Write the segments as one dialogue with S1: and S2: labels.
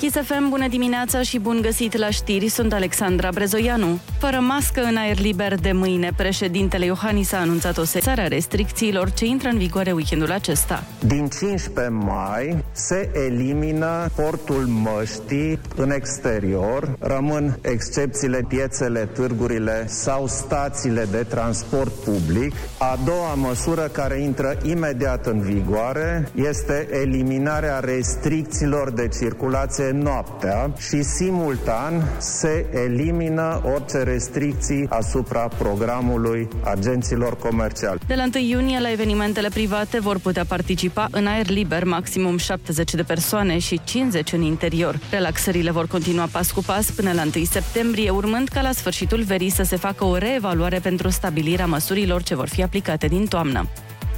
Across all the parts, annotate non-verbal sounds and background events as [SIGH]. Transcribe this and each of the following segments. S1: Kiss FM, bună dimineața și bun găsit la știri, sunt Alexandra Brezoianu. Fără mască în aer liber de mâine, președintele Iohannis a anunțat o sețare a restricțiilor ce intră în vigoare weekendul acesta.
S2: Din 15 mai se elimină portul măștii în exterior, rămân excepțiile piețele, târgurile sau stațiile de transport public. A doua măsură care intră imediat în vigoare este eliminarea restricțiilor de circulație noaptea și simultan se elimină orice restricții asupra programului agenților comerciali.
S1: De la 1 iunie la evenimentele private vor putea participa în aer liber maximum 70 de persoane și 50 în interior. Relaxările vor continua pas cu pas până la 1 septembrie, urmând ca la sfârșitul verii să se facă o reevaluare pentru stabilirea măsurilor ce vor fi aplicate din toamnă.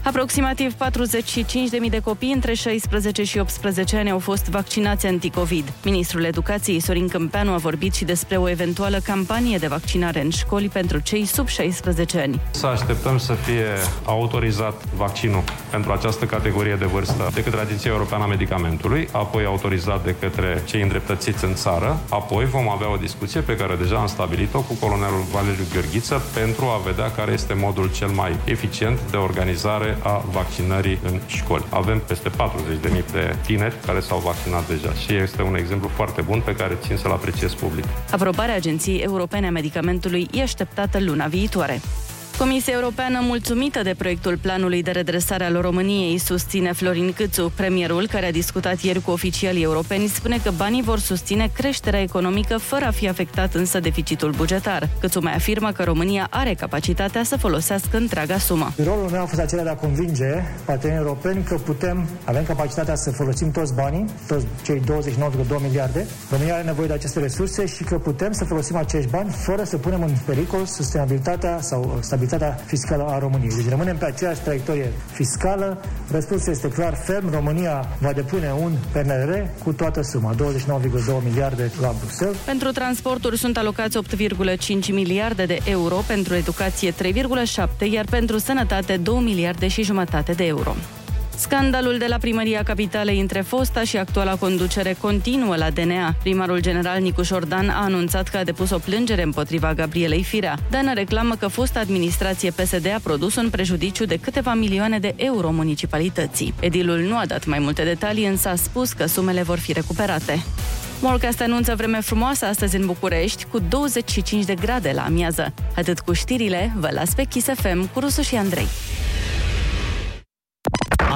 S1: Aproximativ 45.000 de copii între 16 și 18 ani au fost vaccinați anticovid. Ministrul Educației Sorin Câmpeanu a vorbit și despre o eventuală campanie de vaccinare în școli pentru cei sub 16 ani.
S3: Să așteptăm să fie autorizat vaccinul pentru această categorie de vârstă de către Agenția Europeană a Medicamentului, apoi autorizat de către cei îndreptățiți în țară, apoi vom avea o discuție pe care deja am stabilit-o cu colonelul Valeriu Gheorghiță pentru a vedea care este modul cel mai eficient de organizare a vaccinării în școli. Avem peste 40.000 de tineri care s-au vaccinat deja și este un exemplu foarte bun pe care țin să-l apreciez public.
S1: Aprobarea Agenției Europene a Medicamentului e așteptată luna viitoare. Comisia Europeană, mulțumită de proiectul planului de redresare al României, susține Florin Câțu. Premierul, care a discutat ieri cu oficialii europeni, spune că banii vor susține creșterea economică fără a fi afectat însă deficitul bugetar. Câțu mai afirmă că România are capacitatea să folosească întreaga sumă.
S4: Rolul meu a fost acela de a convinge partenerii europeni că putem, avem capacitatea să folosim toți banii, toți cei 29,2 miliarde. România are nevoie de aceste resurse și că putem să folosim acești bani fără să punem în pericol sustenabilitatea sau stabilitatea stabilitatea fiscală a României. Deci rămânem pe aceeași traiectorie fiscală. Răspunsul este clar, ferm, România va depune un PNR cu toată suma, 29,2 miliarde la Bruxelles.
S1: Pentru transporturi sunt alocați 8,5 miliarde de euro, pentru educație 3,7, iar pentru sănătate 2 miliarde și jumătate de euro. Scandalul de la primăria capitalei între fosta și actuala conducere continuă la DNA. Primarul general Nicu Șordan a anunțat că a depus o plângere împotriva Gabrielei Firea. Dana reclamă că fosta administrație PSD a produs un prejudiciu de câteva milioane de euro municipalității. Edilul nu a dat mai multe detalii, însă a spus că sumele vor fi recuperate. Morcast anunță vreme frumoasă astăzi în București, cu 25 de grade la amiază. Atât cu știrile, vă las pe Kiss FM cu Rusu și Andrei.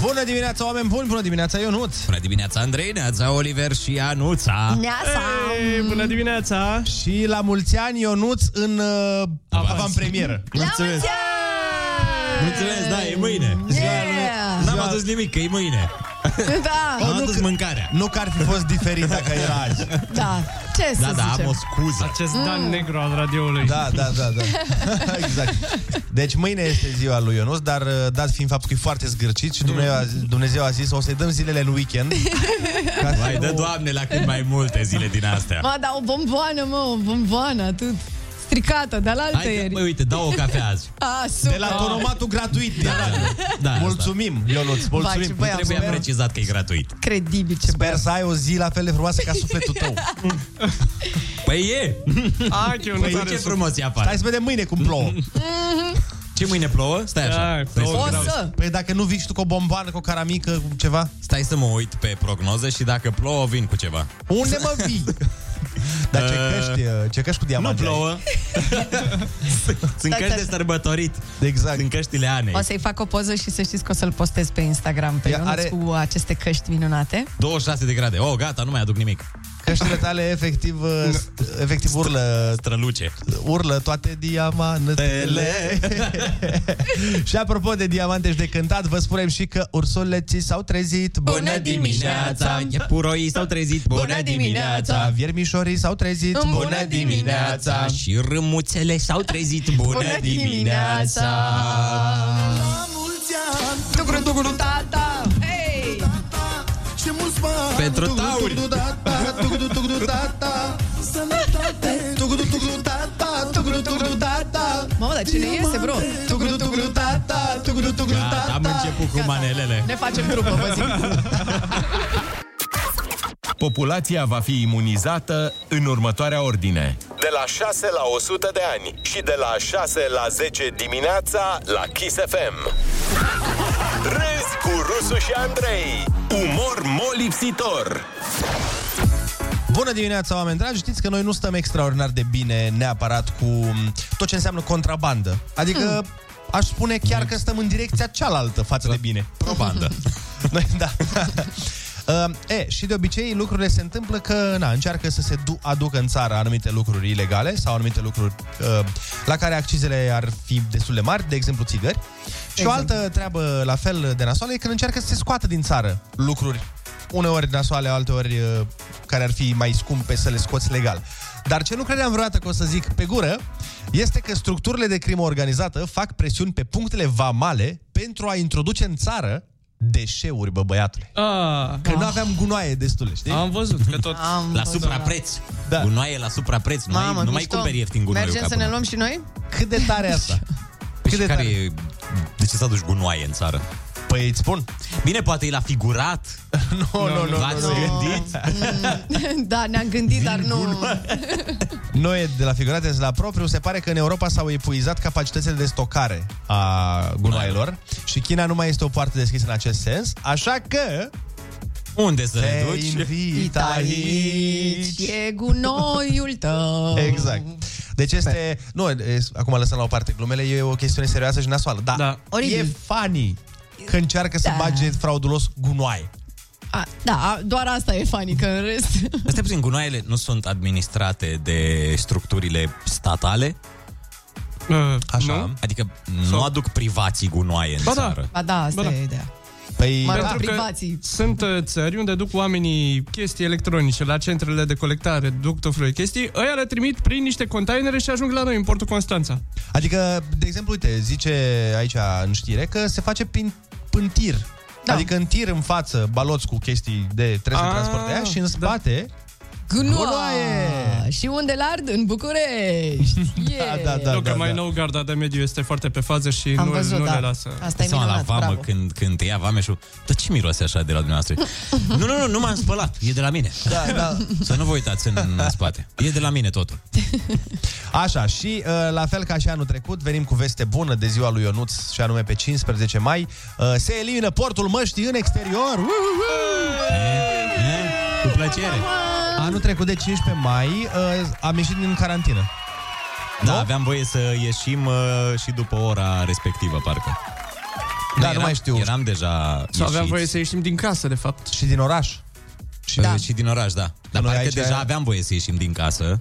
S5: Bună dimineața, oameni buni! Bună dimineața, Ionut!
S6: Bună dimineața, Andrei, Neața, Oliver și Anuța.
S7: Neasa!
S8: Ei, bună dimineața!
S5: Și la mulți ani, Ionuț, în uh, avantpremieră.
S6: Mulțumesc! Mulțumesc, da, e mâine.
S7: Yeah!
S6: N-am adus nimic, că e mâine.
S7: Da,
S6: Am adus mâncarea.
S5: Nu că ar fi fost diferit dacă era azi.
S7: da. Ce
S6: Da,
S7: să
S6: da, am
S7: zicem?
S6: o
S7: [LAUGHS]
S6: scuză.
S8: Acest
S7: Mm.
S8: Dan negru al radioului.
S5: Da, da, da, da. exact. Deci mâine este ziua lui Ionuț, dar uh, dat fiind faptul că e foarte zgârcit și Dumnezeu a, zis, Dumnezeu a zis o să-i dăm zilele în
S6: [LAUGHS]
S5: weekend. Ca să
S6: Vai,
S5: nu-
S6: dă Doamne la cât mai multe zile din astea.
S7: Mă, da, o bomboană, mă, o bomboană, atât. Stricată, de la altă
S6: Hai, că,
S7: ieri.
S6: băi, uite, dau o cafea azi.
S7: [LAUGHS] A,
S5: De
S7: super.
S5: la tonomatul gratuit. Da,
S6: Da,
S5: Mulțumim, Ionuț, mulțumim.
S7: ce băiat
S5: Trebuie-
S6: Trebuie precizat că e gratuit.
S7: Credibil ce
S5: Sper să ai o zi la fel de frumoasă ca sufletul tău.
S6: Păi e!
S8: Hai că eu nu
S6: Păi
S8: are
S6: ce
S8: sub...
S6: frumos e afară.
S5: Hai să vedem mâine cum plouă.
S6: Ce mâine plouă? Stai
S8: Da,
S6: așa. Stai
S8: plouă
S6: să,
S7: O să.
S5: Păi dacă nu vii și tu cu o bomboană, cu o caramică, cu ceva,
S6: stai să mă uit pe prognoză și dacă plouă, vin cu ceva.
S5: unde mă
S6: [LAUGHS]
S5: vii? Dar ce căști, uh, ce căști cu
S6: Nu
S5: diamante ai?
S6: plouă. [LAUGHS] Sunt
S7: Stai că-
S6: căști de sărbătorit.
S5: Exact.
S6: Sunt căștile anei.
S7: O să-i fac o poză și să știți că o să-l postez pe Instagram pe
S5: Ea
S7: Ionuț
S5: are-
S7: cu aceste căști minunate.
S6: 26 de grade. Oh, gata, nu mai aduc nimic.
S5: Căștile tale
S6: [LAUGHS]
S5: efectiv, uh, st- efectiv urlă,
S6: Străluce.
S5: urlă toate diamantele. [LAUGHS] și apropo de diamante și de cântat, vă spunem și că ursuleții s-au trezit.
S6: Bună dimineața, puroii s-au trezit.
S7: Bună dimineața!
S5: Viermișorii s-au trezit.
S7: În
S6: Bună dimineața Și râmuțele s-au trezit
S7: Bună
S6: Bună
S7: dimineața!
S6: dimineața
S7: Lucru, lucru, tata! Ei!
S6: Pentru tauri
S7: Mamă, dar cine iese, bro?
S5: Da,
S6: Gata, am început cu manelele
S7: Ne facem trupă, vă zic.
S9: Populația va fi imunizată în următoarea ordine. De la 6 la 100 de ani și de la 6 la 10 dimineața la Kiss FM. Râzi cu Rusu și Andrei. Umor molipsitor.
S5: Bună dimineața, oameni dragi! Știți că noi nu stăm extraordinar de bine neapărat cu tot ce înseamnă contrabandă. Adică mm.
S6: Hmm.
S5: aș spune chiar că stăm în direcția cealaltă față de bine.
S6: Probandă
S5: [LAUGHS] Noi, da. Uh, e, și de obicei lucrurile se întâmplă că na, încearcă să se du- aducă în țară anumite lucruri ilegale sau anumite lucruri uh, la care accizele ar fi destul de mari, de exemplu țigări. Exact. Și o altă treabă la fel de nasoală e când încearcă să se scoată din țară lucruri uneori nasoale, alteori uh, care ar fi mai scumpe să le scoți legal. Dar ce nu credeam vreodată că o să zic pe gură este că structurile de crimă organizată fac presiuni pe punctele vamale pentru a introduce în țară deșeuri, bă, băiatule.
S8: Ah,
S5: Că nu aveam gunoaie destule,
S6: Ah.
S5: știi?
S8: am văzut că tot...
S7: Am
S6: La
S7: văzut.
S6: suprapreț
S5: Da.
S6: da. Gunoaie la suprapreț Nu,
S7: Mamă,
S6: mai, nu mai
S7: mișto.
S6: cumperi ieftin gunoiul
S7: Mergem
S6: ca
S7: să ne
S6: până.
S7: luăm și noi?
S5: Cât de tare e asta?
S6: Păi
S5: Cât
S6: și
S5: de
S6: care
S5: tare?
S6: e... De ce să aduci gunoaie în țară?
S5: Păi îți spun.
S6: Bine, poate el a figurat [LAUGHS]
S5: Nu, nu, nu. nu,
S6: V-ați gândit?
S7: [LAUGHS] Da, ne-am gândit, dar nu...
S5: Noi de la figurate la propriu se pare că în Europa s-au epuizat capacitățile de stocare a gunoaielor și China nu mai este o poartă deschisă în acest sens, așa că
S6: Unde să
S5: te
S6: le duci?
S5: invit
S7: Aici
S5: aici.
S7: e gunoiul tău.
S5: Exact. Deci este... Nu, e- acum lăsăm la o parte glumele, e o chestiune serioasă și nasoală. Da.
S8: Da.
S5: E
S7: Oribil.
S5: funny că încearcă să
S7: Da.
S5: bage fraudulos gunoaie.
S7: A, da, a- doar asta e funny, că în rest...
S6: Asta puțin, gunoaiele nu sunt administrate de structurile statale?
S8: Uh,
S5: Așa.
S8: Nu?
S6: Adică nu aduc privații gunoaie în
S8: Ba da.
S6: țară.
S7: Ba da, asta
S8: Bă, da.
S7: e ideea.
S5: Păi,
S7: Mă
S5: da.
S7: rog,
S8: Pentru că
S7: privații.
S8: sunt uh, țări unde duc oamenii chestii electronice la centrele de colectare, duc tot felul de chestii, ăia le trimit prin niște containere și ajung la noi în portul Constanța.
S5: Adică, de exemplu, uite, zice aici în știre că se face prin, prin tir. Da.
S7: Da.
S5: Adică în tir în față baloți cu chestii de trebuie să
S8: Ah,
S5: transporte aia și în
S8: da.
S5: spate... Gunoaie!
S7: Gunoaie! Și unde lard? În București! Yeah.
S5: [LAUGHS] Da, da, da.
S8: Da, că mai nou garda de mediu este foarte pe fază și
S7: Am
S8: nu,
S7: văzut,
S8: nu
S7: da.
S8: le lasă.
S7: Asta e
S6: Seama
S7: minunat,
S6: la vamă
S7: bravo.
S6: când, când te ia vameșul Dar ce miroase așa de la dumneavoastră? nu, nu, nu, nu m-am spălat, e de la mine
S5: Da, da.
S6: Să nu vă uitați în, în spate E de la mine totul
S5: Așa, și uh, la fel ca și anul trecut, venim cu veste bună de ziua lui Ionuț, și anume pe 15 mai. Uh, se elimină portul măștii în exterior. Uhuhu!
S6: e, e, Cu plăcere
S5: Anul trecut, de 15 mai, uh, am ieșit din carantină.
S6: Da, aveam voie să ieșim uh, și după ora respectivă, parcă
S5: Da, nu
S6: eram-
S5: mai știu.
S6: Eram deja
S8: Sau aveam
S6: ieșiți.
S8: voie să ieșim din casă, de fapt.
S5: Și din oraș.
S6: și, da. și din oraș, da.
S5: noi
S6: Dar parcă
S5: aici-
S6: aici... deja aveam voie să ieșim din casă.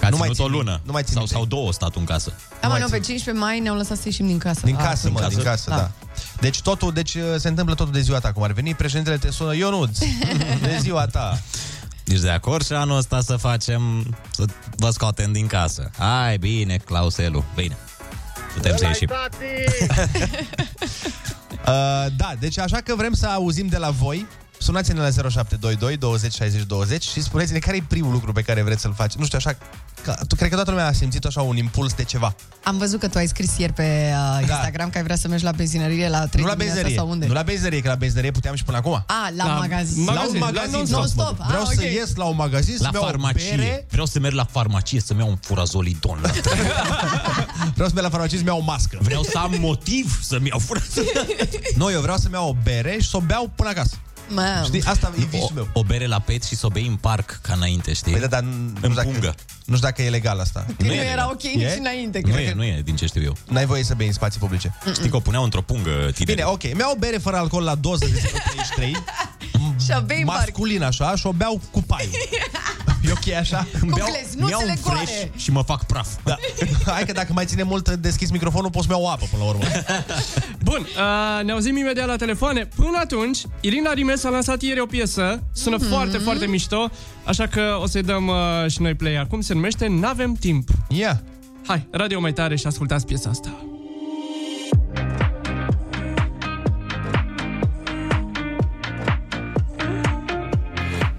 S6: Că a
S5: Nu mai
S6: ținut
S5: țin
S6: o
S5: minte.
S6: lună.
S5: Nu mai țin
S6: sau,
S5: minte.
S6: sau două stat în casă.
S7: Da, mă,
S5: mai
S7: nu, pe 15 mai ne-au lăsat să ieșim din casă.
S5: Din
S7: Ah,
S5: casă, mă, din casă, da. Deci totul, deci uh, se întâmplă totul de ziua ta, cum ar veni. Președintele te
S7: [LAUGHS]
S5: sună, Ionuț, de ziua ta.
S6: Ești de acord și anul ăsta să facem, să vă scoatem din casă. Hai, bine, Clauselu, bine. Putem să ieșim. [LAUGHS]
S5: Uh, da, deci așa că vrem să auzim de la voi. Sunați-ne la 0722 20 60 20 și spuneți-ne care e primul lucru pe care vreți să-l faci. Nu știu, așa, că, tu, cred că toată lumea a simțit așa un impuls de ceva.
S7: Am văzut că tu ai scris ieri pe uh, Instagram că ai vrea să mergi la benzinărie la 3
S5: Da. nu la
S7: dimineața
S5: benzinărie.
S7: sau unde.
S5: Nu la benzinărie, că la benzinărie puteam și până acum.
S7: A, la,
S8: La
S7: magazin.
S8: magazin.
S5: la un
S8: la
S5: magazin.
S8: non-stop,
S7: Non-stop,
S5: Vreau
S7: ah,
S5: să
S7: ok.
S5: ies la un magazin, să
S6: La farmacie.
S5: bere,
S6: Vreau să merg la farmacie să-mi iau un furazolidon. La trei.
S5: vreau să merg la farmacie să-mi iau o mască.
S6: Vreau să am motiv să-mi iau furazolidon.
S5: Nu, eu vreau să-mi iau o bere și să o beau până acasă.
S7: Mamă.
S5: Știi, asta e visul
S6: O,
S5: meu.
S6: o bere la pet și să o bei în parc, ca înainte, știi?
S5: Păi da, dar nu, nu,
S6: În
S5: știu dacă,
S6: pungă.
S5: nu știu dacă e legal asta.
S7: Că nu,
S6: e
S7: era
S6: legal.
S7: ok nici
S5: E?
S7: înainte.
S6: nu,
S7: cred
S6: e,
S7: că...
S6: nu e, din ce știu eu.
S5: N-ai voie să bei în spații publice.
S6: Știi că o puneau într-o pungă tineri. [LAUGHS]
S5: Bine, ok. Mi-au bere fără alcool la doză de 0,33.
S7: Și abia embarc.
S5: masculin așa și o beau cu pai. E ok așa?
S7: Cu gleznuțele goale.
S6: și mă fac praf.
S5: Da. [LAUGHS] Hai că dacă mai ține mult deschis microfonul, poți să-mi iau apă până la urmă.
S6: [LAUGHS]
S8: Bun, uh, ne auzim imediat la telefoane. Până atunci, Irina Rimes a lansat ieri o piesă, sună
S7: Mhm.
S8: mm-hmm. foarte, foarte mișto, așa că o să-i dăm uh, și noi play acum, se numește N-avem timp.
S5: Ia.
S8: Hai, radio mai tare și ascultați piesa asta.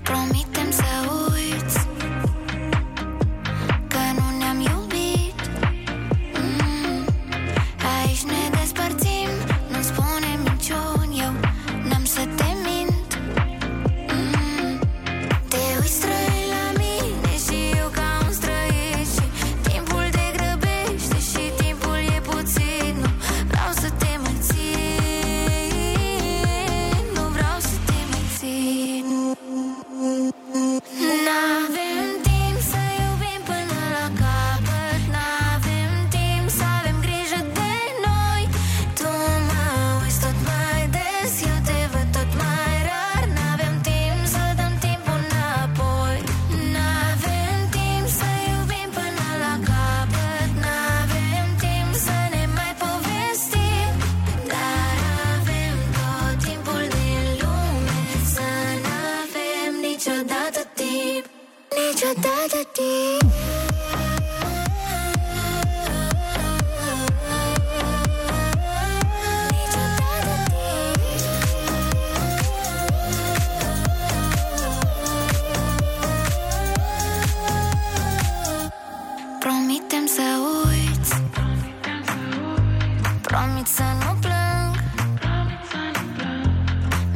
S10: Promitem să uiți Că nu ne-am iubit Mm. Aici ne despărțim Nu spunem niciun eu N-am să te mint Mm. Te uiți străin la mine Și eu ca un străin Și timpul te grăbește Și timpul e puțin Nu vreau să te mai țin Nu vreau să te mai țin N-avem timp să iubim până la capăt N-avem timp să avem grijă de noi Tu mă uiți tot mai des Eu te văd tot mai rar N-avem timp să dăm timpul înapoi N-avem timp să iubim până la capăt N-avem timp să ne mai povestim Dar avem tot timpul din lume Să n-avem niciodată timp Niciodată timp Niciodată timp. Promitem să uiți Promit să nu plâng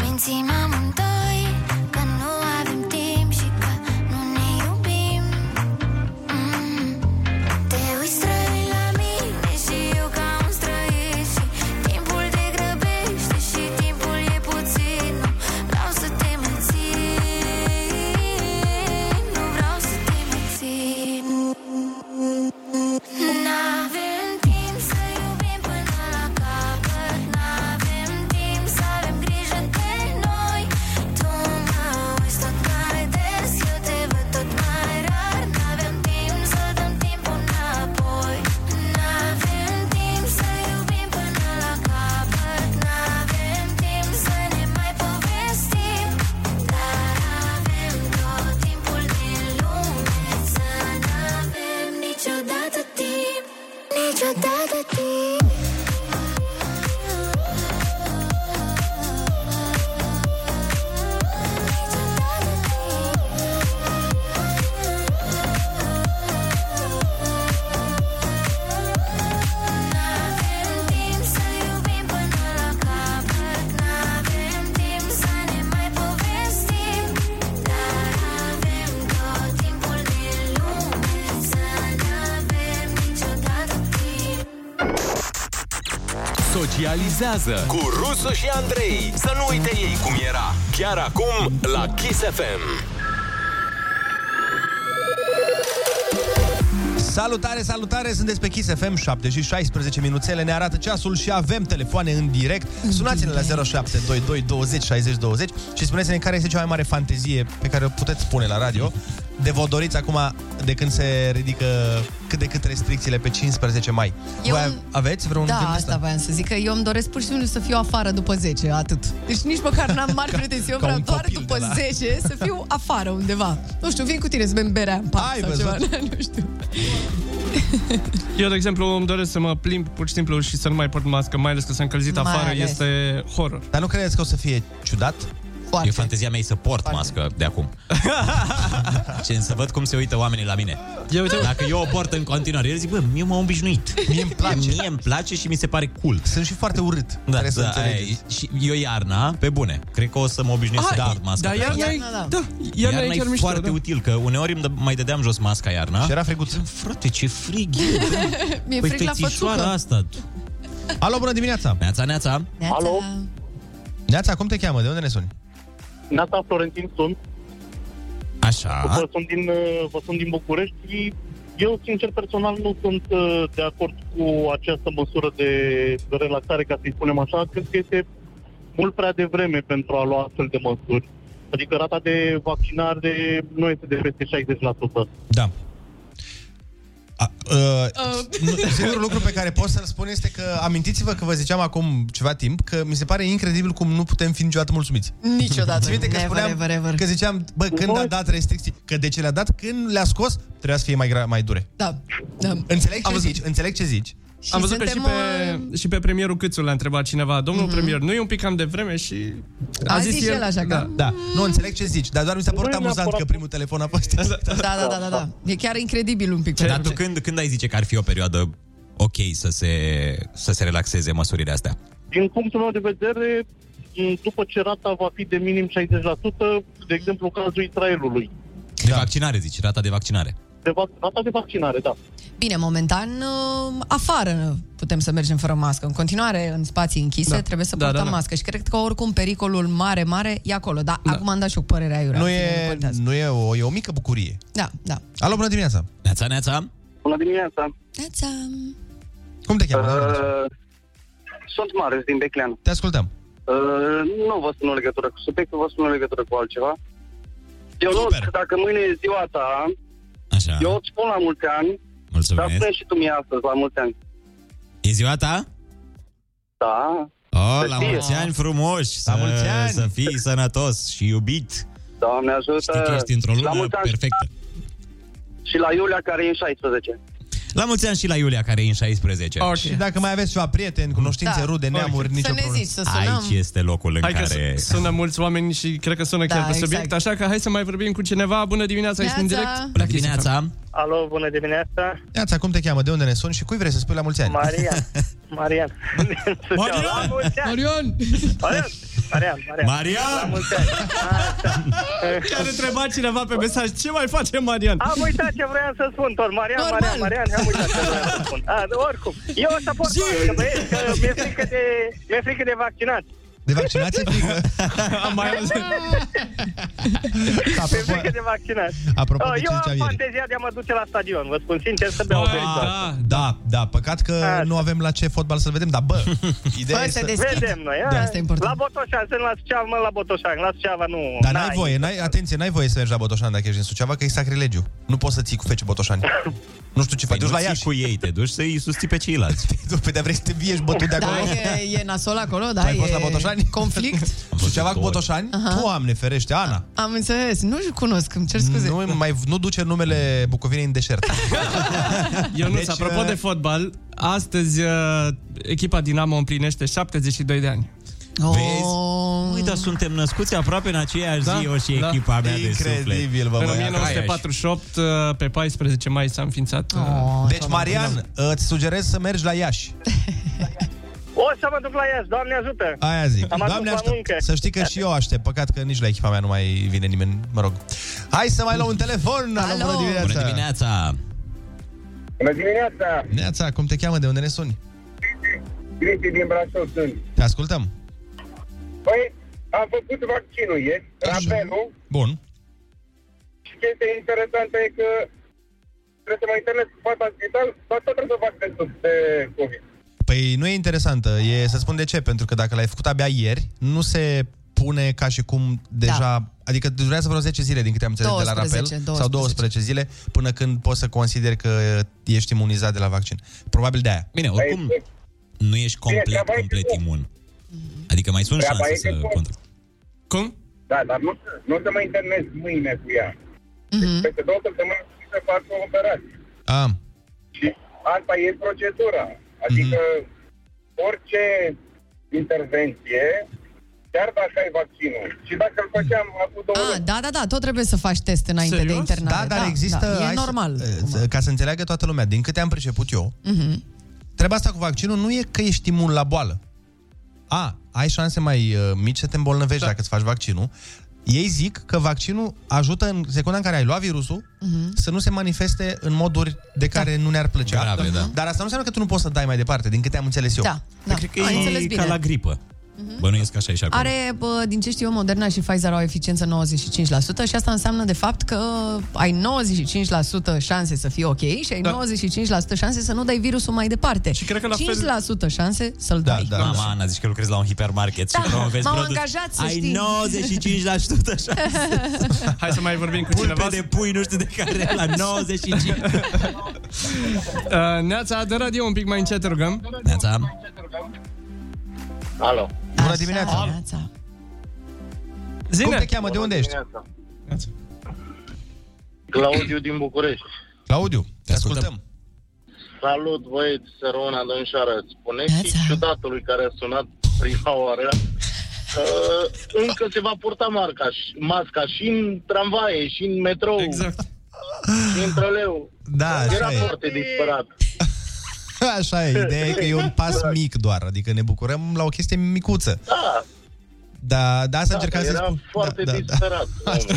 S10: Mințim amândoi Că nu avem timp Și că nu ne iubim mm. Te uiți străin la mine Și eu ca un străin Și timpul te grăbește Și timpul e puțin Nu vreau să te mai țin Nu vreau să te mai țin N-avem timp să iubim până la capăt N-avem timp să avem grijă de noi Tu mă uiți tot mai des Eu te văd tot mai rar N-avem timp să dăm timpul înapoi N-avem timp să iubim până la capăt N-avem timp să ne mai povestim Dar avem tot timpul din lume Să n-avem niciodată timp Niciodată timp N-avem timp să iubim până la capăt N-avem timp să ne mai povestim Dar avem tot timpul din lume Să n-avem niciodată timp
S9: Socializează cu Rusu și Andrei. Să nu uite ei cum era. Chiar acum la Kiss FM.
S5: Salutare, salutare, sunteți pe Kiss FM 7 și 16 minuțele, ne arată ceasul și avem telefoane în direct. Sunați-ne la 0722 20 60 20 și spuneți-ne care este cea mai mare fantezie pe care o puteți spune la radio. De vă doriți acum de când se ridică cât de cât restricțiile pe 15 mai.
S7: Eu
S5: Voi
S7: am-
S5: aveți vreun
S7: Da,
S5: gând de
S7: asta voiam să zic, că eu îmi doresc pur și simplu să fiu afară după 10, atât. Deci nici măcar n-am mari pretenții, eu
S5: ca
S7: vreau
S5: un
S7: doar
S5: copil
S7: după
S5: de la-
S7: 10 să fiu afară undeva. Nu știu, vin cu tine să bem berea în parc
S5: Ai
S7: sau
S5: văzut?
S7: ceva, [LAUGHS] nu știu.
S8: Eu, de exemplu, îmi doresc să mă plimb pur și simplu și să nu mai port mască, mai ales că s-a încălzit
S7: Mai
S8: afară,
S7: ales.
S8: este horror.
S5: Dar nu credeți că o să fie ciudat?
S6: E
S7: Foarte.
S6: fantezia mea e să port mască de acum. Ce să văd cum se uită oamenii la mine.
S8: Eu uite,
S6: Dacă eu o port în continuare, el zic, bă, eu m-am obișnuit. Mie îmi place. Mie îmi place și mi se pare cool.
S5: Sunt și foarte urât.
S6: Da,
S5: Trebuie să
S6: da, aia
S5: înțelegeți.
S6: e. și eu iarna, pe bune, cred că o să mă obișnuiesc să port masca.
S8: da,
S6: pe față.
S8: iarna, e,
S7: Iarna, da.
S8: da, iarna,
S6: Iarna
S8: e chiar
S6: e
S8: mișto,
S6: foarte
S8: da.
S6: util, că uneori îmi dă- mai dădeam jos masca iarna.
S5: Și era frecuț.
S6: Frate, ce frig e!
S7: Mi-e
S6: Păi
S7: frig la
S6: fetișoara
S7: fățucă.
S6: asta!
S5: Alo, bună dimineața!
S6: Neața, neața!
S7: Neața.
S11: Alo?
S5: Neața, cum te cheamă? De unde ne suni?
S11: Neața Florentin sunt,
S6: Așa,
S11: vă sunt, din, uh, vă sunt din București și eu, sincer, personal, nu sunt uh, de acord cu această măsură de relaxare, ca să-i spunem așa. Cred că este mult prea devreme pentru a lua astfel de măsuri. Adică rata de vaccinare nu este de peste 60%.
S5: Da. Uh, nu- Singurul lucru pe care pot să-l spun este că amintiți-vă că vă ziceam acum ceva timp că mi se pare incredibil cum nu putem fi niciodată mulțumiți.
S7: Niciodată.
S5: Ți minte că
S7: Never,
S5: spuneam
S7: ever, ever.
S5: că ziceam, bă, când a dat restricții, că de ce le-a dat, când le-a scos, trebuia să fie mai, gra- mai dure.
S7: Da. da.
S5: Înțeleg
S8: Am
S5: ce
S8: văzut.
S5: zici, înțeleg ce zici.
S7: Și
S8: Am văzut că și
S7: suntem, Mhm.
S8: pe, și pe premierul Câțu l-a întrebat cineva, domnul mm-hmm. premier, nu e un pic cam de vreme și a,
S7: A zis el așa că-
S8: da.
S5: Da, nu înțeleg ce zici, dar doar mi s-a părut
S11: Nu e
S5: amuzant
S11: neapărat-
S5: că primul telefon a fost.
S7: Da, da, da, da, da. E chiar incredibil un pic.
S6: Ce, Dar tu când, când ai zice că ar fi o perioadă ok să se, să se relaxeze măsurile astea?
S11: Din punctul meu de vedere, m, după ce rata va fi de minim 60%, de exemplu cazul Israelului,
S6: De vaccinare, zici, rata de vaccinare.
S11: de vac- rata de vaccinare, da.
S7: Bine, momentan uh, afară putem să mergem fără mască. În continuare, în spații închise,
S8: Da.
S7: trebuie să
S8: Da,
S7: purtăm
S8: da, da.
S7: mască. Și cred că oricum pericolul mare, mare e acolo. Dar da. acum am dat și eu părerea iurea.
S5: Nu
S7: Bine, nu
S5: e,
S7: contează.
S5: nu e o, e o mică bucurie.
S7: Da, da.
S5: Alo, bună dimineața!
S6: Neața, neața?
S11: Bună dimineața!
S7: Neața.
S5: Cum te cheamă?
S11: Uh, sunt Marius din Beclean.
S6: Da.
S5: Te ascultăm.
S11: Uh, nu vă spun o legătură cu subiectul, vă spun o legătură cu altceva. Eu
S6: Super.
S11: nu, dacă mâine e ziua ta,
S6: Așa,
S11: eu îți spun la mulți ani, dar
S6: mulțumesc.
S11: spune și tu mie astăzi la mulți ani.
S6: E ziua ta?
S11: Da,
S6: Oh, la
S11: fie.
S6: mulți ani frumoși!
S5: La
S6: să-
S5: mulți ani.
S6: Să fii sănătos și iubit!
S11: Doamne
S6: Știi
S11: ajută.
S6: că ești într-o
S11: Și la
S6: lună
S11: mulți ani
S6: perfectă.
S11: și la Iulia care e în 16.
S6: La mulți ani și la Iulia, care e în 16.
S8: Ok.
S5: Și dacă mai aveți ceva prieteni, cunoștințe,
S7: Da.
S5: rude, neamuri, nicio
S7: Să ne
S5: problemă.
S7: zici, să sunăm.
S6: Aici este locul în
S8: [LAUGHS] Hai că
S6: care...
S8: su- sună mulți oameni și cred că sună
S7: Da,
S8: chiar pe
S7: exact.
S8: subiect, așa că hai să mai vorbim cu cineva. Bună dimineața, ești în
S7: Neața.
S8: direct.
S6: Bună
S8: Kiss
S6: dimineața!
S11: Alo, bună dimineața.
S5: Iața, cum te cheamă, de unde ne suni și cui vrei să spui la mulți ani?
S11: Maria.
S5: [LAUGHS]
S11: Marian.
S6: Marian! La
S11: mulți
S8: Marion!
S11: Marian. Marian.
S6: Marian!
S8: Chiar întreba cineva pe mesaj, ce mai face Marian?
S11: Am uitat ce vreau să spun, tot Marian,
S7: Normal.
S11: Marian, Marian, am uitat ce vreau să spun. A, oricum, eu o să port mască, băieți, că mi-e frică de, mi-e frică de vaccinat.
S5: De vaccinație?
S11: [LAUGHS]
S5: frică?
S8: Am mai auzit.
S11: Mi-e frică
S5: Apropo,
S11: de vaccinat.
S5: apropo
S11: A,
S5: de ce
S11: Eu am
S5: zicea Vieri.
S11: fantezia de a mă duce la stadion, vă spun sincer, să beau o veritate.
S7: Ah,
S8: da.
S5: Da, da, păcat că
S11: Asta.
S5: nu avem la ce fotbal să-l vedem, dar
S7: [LAUGHS]
S5: bă, ideea
S7: Fă
S5: e
S7: să
S5: să...
S7: deschid.
S11: Vedem noi, a?
S7: Da, asta e important.
S11: La Botoșan, sunt la Suceava, mă, la Botoșan, la Suceava nu...
S5: Dar n-ai voie, n-ai, atenție, n-ai voie să mergi la Botoșani dacă ești în Suceava, că e sacrilegiu. Nu poți să ții cu fece
S11: [LAUGHS]
S5: Botoșani. Nu știu ce
S7: Păi
S5: faci, duci la
S6: Nu ții
S5: Iași.
S6: cu ei, te duci să-i susții pe ceilalți.
S5: Pe de vrei să [LAUGHS] te vie ești bătut de acolo.
S7: Da, e, e nasol acolo, da.
S5: Tu ai
S7: e
S5: fost la Botoșani?
S7: Conflict.
S5: [LAUGHS] Suceava cu
S6: Am văzut
S5: Botoșani? Doamne ferește, Ana.
S7: Am înțeles. Nu-l cunosc, îmi cer scuze.
S5: Nu, mai, nu duce numele Bucovinei în deșert. [LAUGHS]
S8: Ionuț,
S5: Deci,
S8: deci, apropo
S5: uh,
S8: de fotbal, astăzi uh, echipa Dinamo împlinește 72 de ani.
S7: Oh.
S6: Uite, dar suntem născuți aproape în aceeași
S8: Da,
S6: zi, eu și
S8: da.
S6: echipa mea de suflet.
S5: Incredibil, bă,
S8: În
S5: băiatul.
S8: 1948, uh, pe 14 mai s-a înființat. uh,
S7: Oh,
S5: Deci, Marian, îți sugerez să mergi la Iași.
S11: O să mă duc la Iași, Doamne ajută!
S5: Aia zic.
S11: Am
S5: Doamne
S11: ajuns la
S5: aștept.
S11: muncă.
S5: Să știi că și eu aștept. Păcat că nici la echipa mea nu mai vine nimeni. Mă rog. Hai să mai luăm un telefon. Alo,
S7: Alo.
S5: bună dimineața.
S6: Bună dimineața!
S11: Bună dimineața!
S5: Neața, cum te cheamă? De unde ne suni?
S11: Cristi din Brașov sunt.
S5: Te ascultăm.
S11: Păi, am făcut vaccinul ieri, rapelul,
S5: Bun.
S11: și ce este interesant e că trebuie să mă internez cu fata în spital, dar tot trebuie să fac testul de COVID.
S5: Păi nu e interesantă. E să spun de ce. Pentru că dacă l-ai făcut abia ieri, nu se pune ca și cum deja... Da. Adică durează vreo 10 zile din câte am înțeles de la
S7: 12,
S5: rapel
S7: 12.
S5: sau 12 zile până când poți să consideri că ești imunizat de la vaccin. Probabil de aia.
S6: Bine, oricum,
S11: Băi,
S6: nu ești complet,
S11: treaba e
S6: complet
S11: că-
S6: imun. Adică mai sunt
S11: Treaba
S6: șanse
S11: Păi, e că
S6: să
S11: pot.
S6: contracti.
S8: Cum?
S11: Da, dar nu, nu o să mă internez mâine cu ea. Mm-hmm. Peste două săptămâni trebuie să fac o operație.
S5: Ah.
S11: Și asta e procedura. Adică
S6: Mhm.
S11: mm-hmm. orice intervenție, chiar dacă ai vaccinul, și dacă îl făceam acum două
S7: Ah,
S11: luni,
S7: da, da, da, tot trebuie să faci test înainte
S8: Serios?
S7: de
S5: Da,
S7: internare.
S5: dar există...
S7: Da.
S5: hai
S7: E
S5: să-
S7: normal.
S5: eh,
S7: acum.
S5: Ca să înțeleagă toată lumea, din câte am priceput eu,
S7: Mhm.
S5: treaba asta cu vaccinul nu e că ești imun la boală. A, ai șanse mai uh, mici să te îmbolnăvești
S7: Da.
S5: dacă îți faci vaccinul. Ei zic că vaccinul ajută în secunda în care ai luat virusul
S7: Mhm.
S5: să nu se manifeste în moduri de care nu ne-ar plăcea.
S6: Grave, da.
S5: Dar asta nu înseamnă că tu nu poți să dai mai departe, din câte am înțeles eu.
S7: Da, da.
S6: Cred că
S7: Ai
S6: e
S7: înțeles
S6: ca
S7: bine.
S6: la gripă.
S7: Mhm.
S12: Bănuiesc că așa e și acum.
S7: Are, bă, din ce știu eu, Moderna și Pfizer au eficiență 95% și asta înseamnă, de fapt, că ai 95% șanse să fii ok și ai
S12: Da.
S7: da. 95% șanse să nu dai virusul mai departe. Și
S12: cred că la fel-
S7: 5% șanse să-l
S6: Da,
S7: dai.
S6: da, Mama, Ana, zici că lucrezi la un hipermarket
S7: Da,
S6: și promovezi
S7: m-au
S6: produs.
S7: angajat, să
S6: Ai
S7: știi.
S6: 95% așa.
S8: [LAUGHS]
S7: [LAUGHS]
S8: Hai să mai vorbim cu
S6: Pulpe de pui, nu știu de care,
S8: [LAUGHS]
S6: la 95.
S8: Uh, Neața, dă radio un pic mai încet, te rugăm.
S6: Neața.
S11: Alo.
S5: Bună dimineața!
S8: Zine!
S5: Cum te cheamă? De unde ești?
S13: Claudiu din București.
S5: Claudiu, te ascultăm.
S13: Salut, băieți, Sărona Dânșoară.
S7: Da,
S13: Spuneți și ciudatului care a sunat prima oară că încă se va purta marca, și- masca și în tramvaie, și în metrou. Exact. Și în troleu.
S5: Da,
S13: Era
S5: așa e.
S13: foarte disperat.
S5: [LAUGHS] Așa e, ideea e că e un pas mic doar, adică ne bucurăm la o chestie micuță.
S13: Exact. Da.
S5: Da, da, asta
S13: Da,
S5: încercam să
S13: era
S5: spun.
S13: foarte
S5: da, da. [LAUGHS]
S13: disperat.
S5: Asta...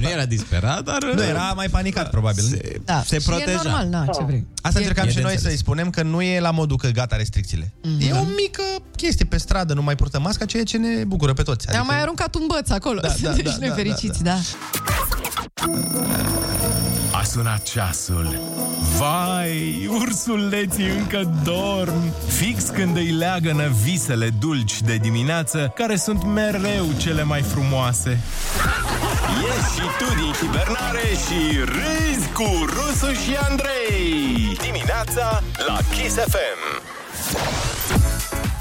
S5: Nu era disperat, dar... Nu, era mai panicat, probabil. Se,
S7: Da, și e normal, da,
S13: Ah.
S7: ce vrei.
S5: Asta
S7: E-
S5: încercam
S7: e
S5: și
S7: de
S5: noi
S7: înțeles.
S5: să-i spunem că nu e la modul că gata restricțiile. Mm-hmm.
S7: Mhm.
S5: E o mică chestie pe stradă, nu mai purtăm masca, ceea ce ne bucură pe toți.
S7: Adică... Am mai aruncat un băț acolo, [LAUGHS] da, da, deci da, noi da, fericiți, da. da.
S12: A sunat ceasul. Vai, ursuleții încă dorm. Fix când îi leagănă visele dulci de dimineață, care sunt mereu cele mai frumoase.
S9: Ieși și tu din hibernare și râzi cu Rusu și Andrei. Dimineața la Kiss FM.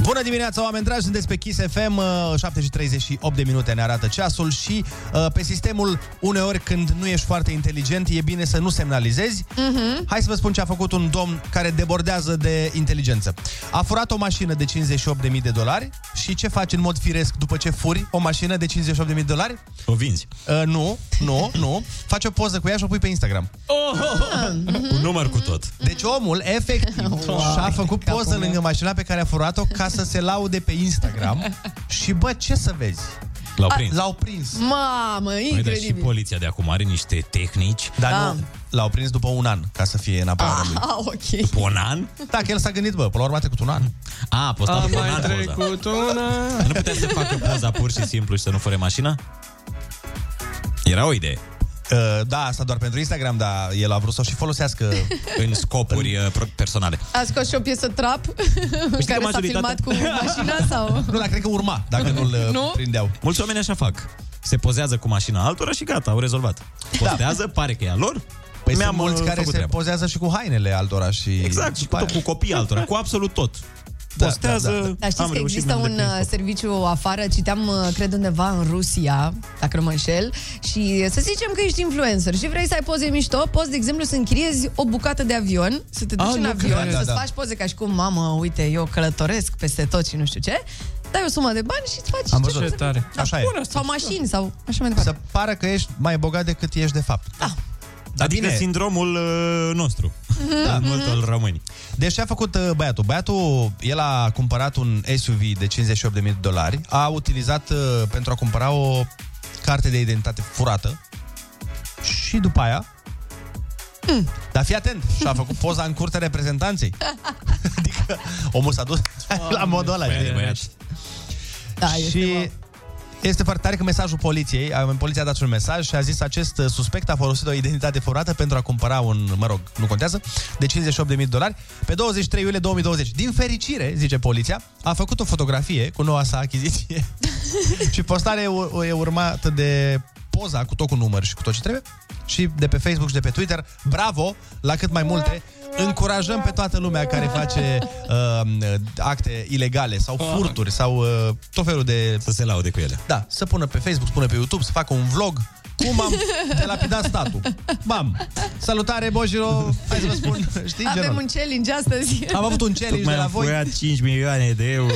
S5: Bună dimineața, oameni dragi! Sunteți pe Kiss FM, 7 și 38 de minute ne arată ceasul și uh, pe sistemul, uneori când nu ești foarte inteligent, e bine să nu semnalizezi. Mm-hmm. Hai să vă spun ce a făcut un domn care debordează de inteligență. A furat o mașină de 58.000 de dolari și ce faci în mod firesc după ce furi o mașină de 58.000 de dolari?
S6: O vinzi.
S5: Uh, nu, nu, nu. Faci o poză cu ea și o pui pe Instagram.
S10: Oh.
S6: Mm-hmm. Un număr cu tot.
S5: Deci omul, efectiv, și-a făcut poză lângă mașina pe care a furat-o ca să se laude pe Instagram. și bă, ce să vezi?
S6: L-au prins.
S5: L-au prins.
S7: Mamă,
S6: Păi, dar și
S7: incredibil.
S6: poliția de acum are niște tehnici.
S5: Dar nu, l-au prins după un an, ca să fie în apărarea lui.
S7: Ah, ok.
S6: După un an?
S5: Da, că el s-a gândit, bă, până la urmă a trecut un an.
S6: A, postat
S8: A
S6: după un
S8: mai
S6: an poza.
S8: trecut una...
S6: Nu putea să facă poza pur și simplu și să nu fure mașina? Era o idee.
S5: Uh, da, asta doar pentru Instagram, dar el a vrut să o și folosească
S6: în scopuri uh, pro- personale.
S7: A scos și o piesă trap în
S6: că
S7: [LAUGHS] care s-a
S6: majoritatea-
S7: filmat cu mașina
S6: [LAUGHS]
S7: sau...
S5: Nu, dar cred că urma, dacă nu-l uh,
S7: Nu?
S5: prindeau.
S6: Mulți oameni așa fac. Se pozează cu mașina altora și gata, au rezolvat. Postează, pare că e a lor.
S5: Da. Păi
S6: Mi-am
S5: sunt mulți
S6: uh,
S5: care se
S6: făcut treaba.
S5: pozează și cu hainele altora și...
S6: Exact, și cu, tot, cu copii altora, cu absolut tot.
S5: Da,
S6: Postează,
S5: da, da, da.
S7: Dar știți
S6: am
S7: că
S6: reușit,
S7: există
S6: mi-am
S7: un
S6: îndeplinit
S7: uh, serviciu afară, citeam, uh, cred, undeva în Rusia, dacă nu mă înșel, și să zicem că ești influencer și vrei să ai poze mișto, poți, de exemplu, să închiriezi o bucată de avion, să te duci
S6: Ah,
S7: în
S6: nu
S7: avion,
S6: cred.
S7: să-ți
S6: Da, da.
S7: faci poze ca și cum, mamă, uite, eu călătoresc peste tot și nu știu ce, dai o sumă de bani și îți faci
S5: Am
S7: ce
S5: văzut.
S7: poze.
S5: tare.
S7: Da,
S5: Așa e.
S7: bună, Sau mașini, sau așa mai departe.
S5: Să pară că ești mai bogat decât ești de fapt. Da.
S6: Dar adică bine. sindromul uh, nostru. Da. Multul români.
S5: Deci ce a făcut uh, băiatul? Băiatul, el a cumpărat un SUV de 58.000 de dolari, a utilizat uh, pentru a cumpăra o carte de identitate furată și după aia... Mm. Dar fii atent, și-a făcut poza în curtea reprezentanței. [LAUGHS] adică omul s-a dus [LAUGHS] la modul ăla.
S6: Băiat de
S5: știi?
S6: băiat.
S7: Da,
S5: și este, foarte tare că mesajul poliției, a- poliția a dat un mesaj și a zis acest uh, suspect a folosit o identitate furată pentru a cumpăra un, mă rog, nu contează, de 58.000 de dolari pe 23 iulie 2020. Din fericire, zice poliția, a făcut o fotografie cu noua sa achiziție [LAUGHS] și postarea e, u- e urmată de poza cu tot cu număr și cu tot ce trebuie și de pe Facebook și de pe Twitter. Bravo la cât mai multe! Încurajăm pe toată lumea care face uh, acte ilegale sau furturi sau uh, tot felul de...
S6: Ah. Să se laude cu ele.
S5: Da, să pună pe Facebook, să pună pe YouTube, să facă un vlog cum
S6: [LAUGHS]
S5: am delapidat statul. Bam! Salutare, Bojiro! Hai să vă spun, știi,
S7: Avem
S5: genul.
S7: un challenge astăzi.
S5: Am avut un challenge de
S6: Tocmai
S5: la
S6: am
S5: voi.
S6: fuiat 5 milioane de
S5: [LAUGHS]
S6: euro.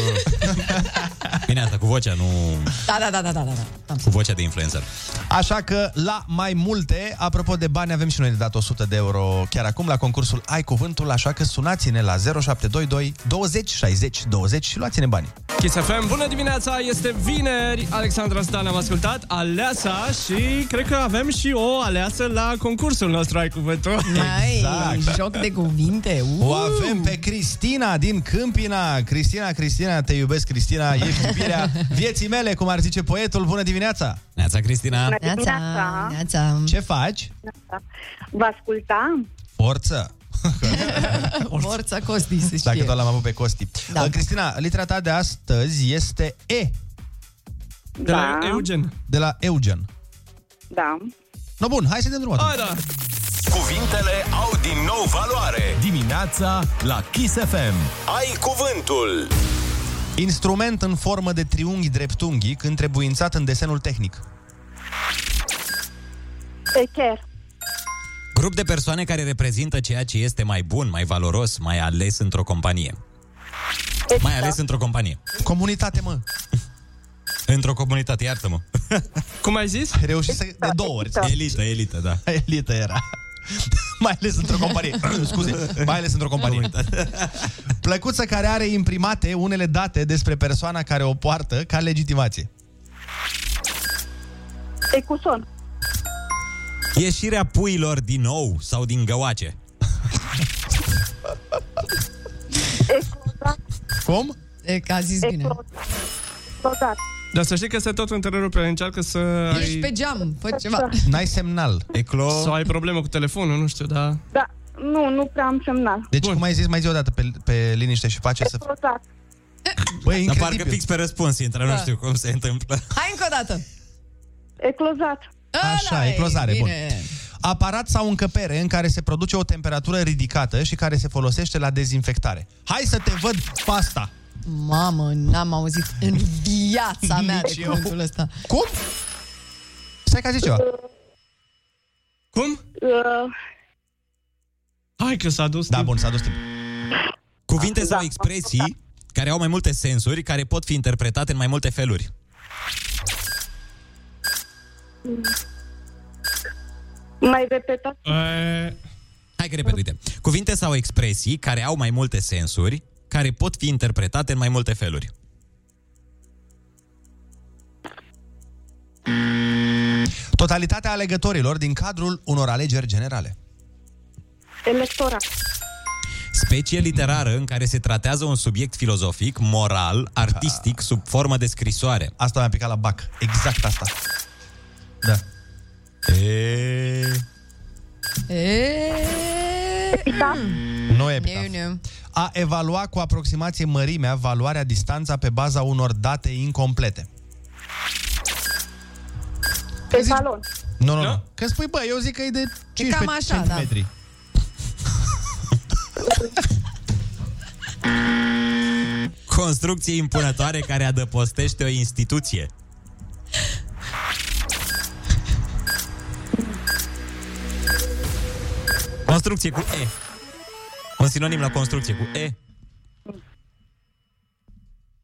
S6: Bine, asta cu vocea, nu
S7: Da, da, da, da, da, da.
S6: cu vocea de influencer.
S5: Așa că la mai multe, apropo de bani, avem și noi de dat 100 de euro chiar acum la concursul Ai Cuvântul, așa că sunați-ne la 0722 20 60 20 și luați-ne banii.
S8: Kiss FM. Bună dimineața, este vineri. Alexandra Stan am ascultat, Aleasa și cred că avem și o aleasă la concursul nostru, ai cuvântul.
S7: Exact. joc de cuvinte.
S5: O avem pe Cristina din Câmpina. Cristina, Cristina, te iubesc, Cristina, ești iubirea vieții mele, cum ar zice poetul. Bună dimineața!
S6: Neața, Cristina!
S7: Da. Neața. Neața.
S5: Da. Ce faci?
S14: Vă ascultam?
S5: Forță!
S7: [LAUGHS] Forța Costi, se
S5: Dacă
S7: știe.
S5: tot l-am avut pe Costi. Da. Cristina, litera ta de astăzi este E.
S14: De la Da.
S5: Eugen. De la Eugen.
S14: Da.
S5: No, bun, hai să dăm drumul atunci.
S9: Cuvintele au din nou valoare.
S12: Dimineața la Kiss FM.
S9: Ai cuvântul.
S5: Instrument în formă de triunghi dreptunghic, întrebuințat în desenul tehnic.
S14: Echer.
S6: Grup de persoane care reprezintă ceea ce este mai bun, mai valoros, mai ales într-o companie. Mai ales într-o companie.
S5: Comunitate, mă.
S6: [LAUGHS] Într-o
S5: [LAUGHS]
S6: comunitate, iartă-mă.
S8: Cum ai zis?
S5: Reușit să... De două ori.
S6: Elită, elită, da.
S5: [LAUGHS] Elită era. mai ales într-o
S6: [LAUGHS]
S5: companie. Scuze, mai ales într-o companie. Plăcuță care are imprimate unele date despre persoana care o poartă ca legitimație.
S14: Ecuson.
S6: Ieșirea puilor din nou sau din găoace.
S5: Cum?
S7: E, că a zis bine.
S14: Totat.
S8: Dar să știi că se tot întrerupe, încearcă să
S7: Ești
S8: ai...
S7: pe geam, fă ceva.
S5: N-ai semnal.
S6: Eclo...
S8: Sau ai problemă cu telefonul, nu știu, da.
S14: Da. Nu, nu prea am semnal.
S5: Deci, Bun. cum ai zis, mai zi o dată pe, pe liniște și face să...
S14: Totat.
S5: Băi,
S6: Dar parcă fix pe răspuns intră,
S7: Da.
S6: nu știu cum se întâmplă.
S7: Hai încă o dată.
S14: Eclozat.
S5: Așa, e clozare, bun. Aparat sau încăpere în care se produce o temperatură ridicată și care se folosește la dezinfectare. Hai să te văd pasta!
S7: Mamă, n-am auzit în viața mea de
S5: Nici eu.
S7: cuvântul ăsta.
S5: Cum? Stai că zici ceva.
S8: Cum?
S14: Uh,
S8: Hai că s-a dus
S5: Da, bun, s-a dus timp. Da.
S6: Cuvinte sau expresii care au mai multe sensuri, care pot fi interpretate în mai multe feluri.
S14: mai repetat.
S8: E...
S6: Hai că repet, uite. Cuvinte sau expresii care au mai multe sensuri, care pot fi interpretate în mai multe feluri.
S5: Totalitatea alegătorilor din cadrul unor alegeri generale.
S14: Electorat.
S6: Specie literară în care se tratează un subiect filozofic, moral, artistic, sub formă de scrisoare.
S5: Da. Asta mi-a picat la bac. Exact asta. Da.
S6: E...
S7: E...
S5: Nu e
S7: Eu
S5: picat.
S7: nu.
S5: A evalua cu aproximație mărimea valoarea distanța pe baza unor date incomplete.
S14: Pe salon.
S5: Nu, nu, nu. Că spui, bă, eu zic că e de 15
S7: cam așa, da.
S5: centimetri.
S6: Construcție impunătoare care adăpostește o instituție. Construcție cu E. Un sinonim la construcție cu E.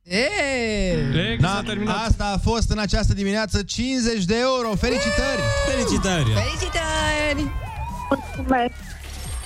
S7: E...
S8: Cred că Deci, s-a terminat.
S5: asta a fost în această dimineață 50 de euro. Felicitări!
S6: Felicitări!
S7: Felicitări!
S14: Mulțumesc.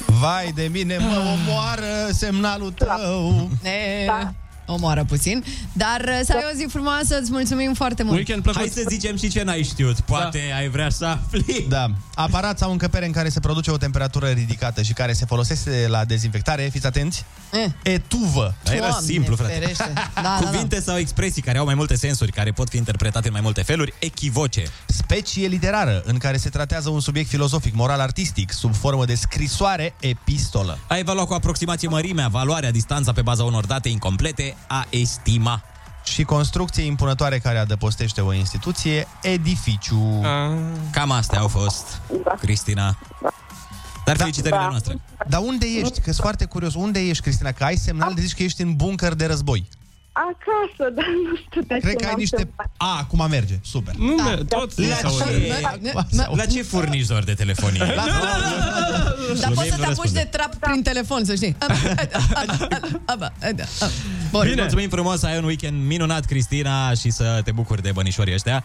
S5: Vai de mine, mă omoară semnalul tău.
S7: Da. E...
S14: Da.
S7: Omoară puțin. Dar uh, să ai o zi frumoasă, îți mulțumim foarte mult.
S8: Weekend plăcut.
S6: Hai să zicem și ce n-ai știut. Poate
S8: Da.
S6: ai vrea să afli.
S5: Da. Aparat sau încăpere în care se produce o temperatură ridicată și care se folosește la dezinfectare, fiți atenți,
S7: Eh.
S5: etuvă.
S6: Era
S7: Doamne
S6: simplu, frate. [LAUGHS]
S7: ferește. Da, da, da.
S6: Cuvinte sau expresii care au mai multe sensuri, care pot fi interpretate în mai multe feluri, echivoce.
S5: Specie literară în care se tratează un subiect filozofic, moral, artistic, sub formă de scrisoare, epistolă.
S6: A evalua cu aproximație mărimea, valoarea, distanța pe baza unor date incomplete, a estima.
S5: Și construcție impunătoare care adăpostește o instituție, edificiu.
S8: Ah.
S6: Cam astea au fost, Cristina. Dar felicitările
S14: Da.
S6: noastre.
S5: Dar unde ești? Că sunt foarte curios. Unde ești, Cristina? Că ai semnal de zici că ești în bunker de război.
S14: Acasă, dar nu știu de ce
S5: Cred că ai
S14: m-am
S5: niște...
S14: semnat.
S5: Da. A, acum merge. Super.
S8: Nu, da. tot nu
S6: La
S8: s-aude.
S6: ce, la ce furnizor de telefonie? La
S7: Dar poți
S6: Lumea
S7: să te
S6: nu
S7: apuci
S6: răspunde.
S7: de trap
S14: Da.
S7: prin telefon, să știi. Aba, aba, aba, aba. Bun.
S6: Bine. Mulțumim frumos, ai un weekend minunat, Cristina, și să te bucuri de bănișorii ăștia.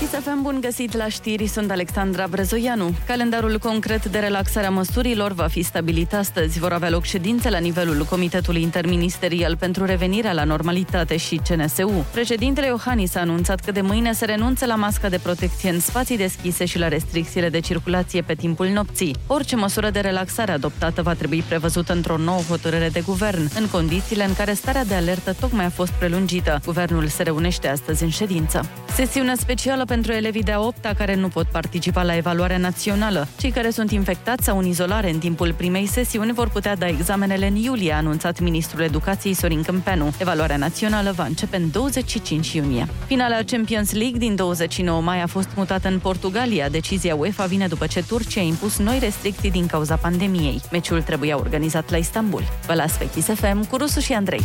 S14: Kiss
S1: SFM, bun găsit la știri, sunt Alexandra Brezoianu. Calendarul concret de relaxare a măsurilor va fi stabilit astăzi. Vor avea loc ședințe la nivelul Comitetului Interministerial pentru Revenirea la Normalitate și CNSU. Președintele Iohannis a anunțat că de mâine se renunță la masca de protecție în spații deschise și la restricțiile de circulație pe timpul nopții. Orice măsură de relaxare adoptată va trebui prevăzută într-o nouă hotărâre de guvern, în condițiile în care starea de alertă tocmai a fost prelungită. Guvernul se reunește astăzi în ședință. Sesiune specială pentru elevii de a 8 care nu pot participa la evaluarea națională. Cei care sunt infectați sau în izolare în timpul primei sesiuni vor putea da examenele în iulie, a anunțat ministrul educației Sorin Câmpenu. Evaluarea națională va începe în 25 iunie. Finala Champions League din 29 mai a fost mutată în Portugalia. Decizia UEFA vine după ce Turcia a impus noi restricții din cauza pandemiei. Meciul trebuia organizat la Istanbul. Vă las pe Kiss FM cu Rusu și Andrei.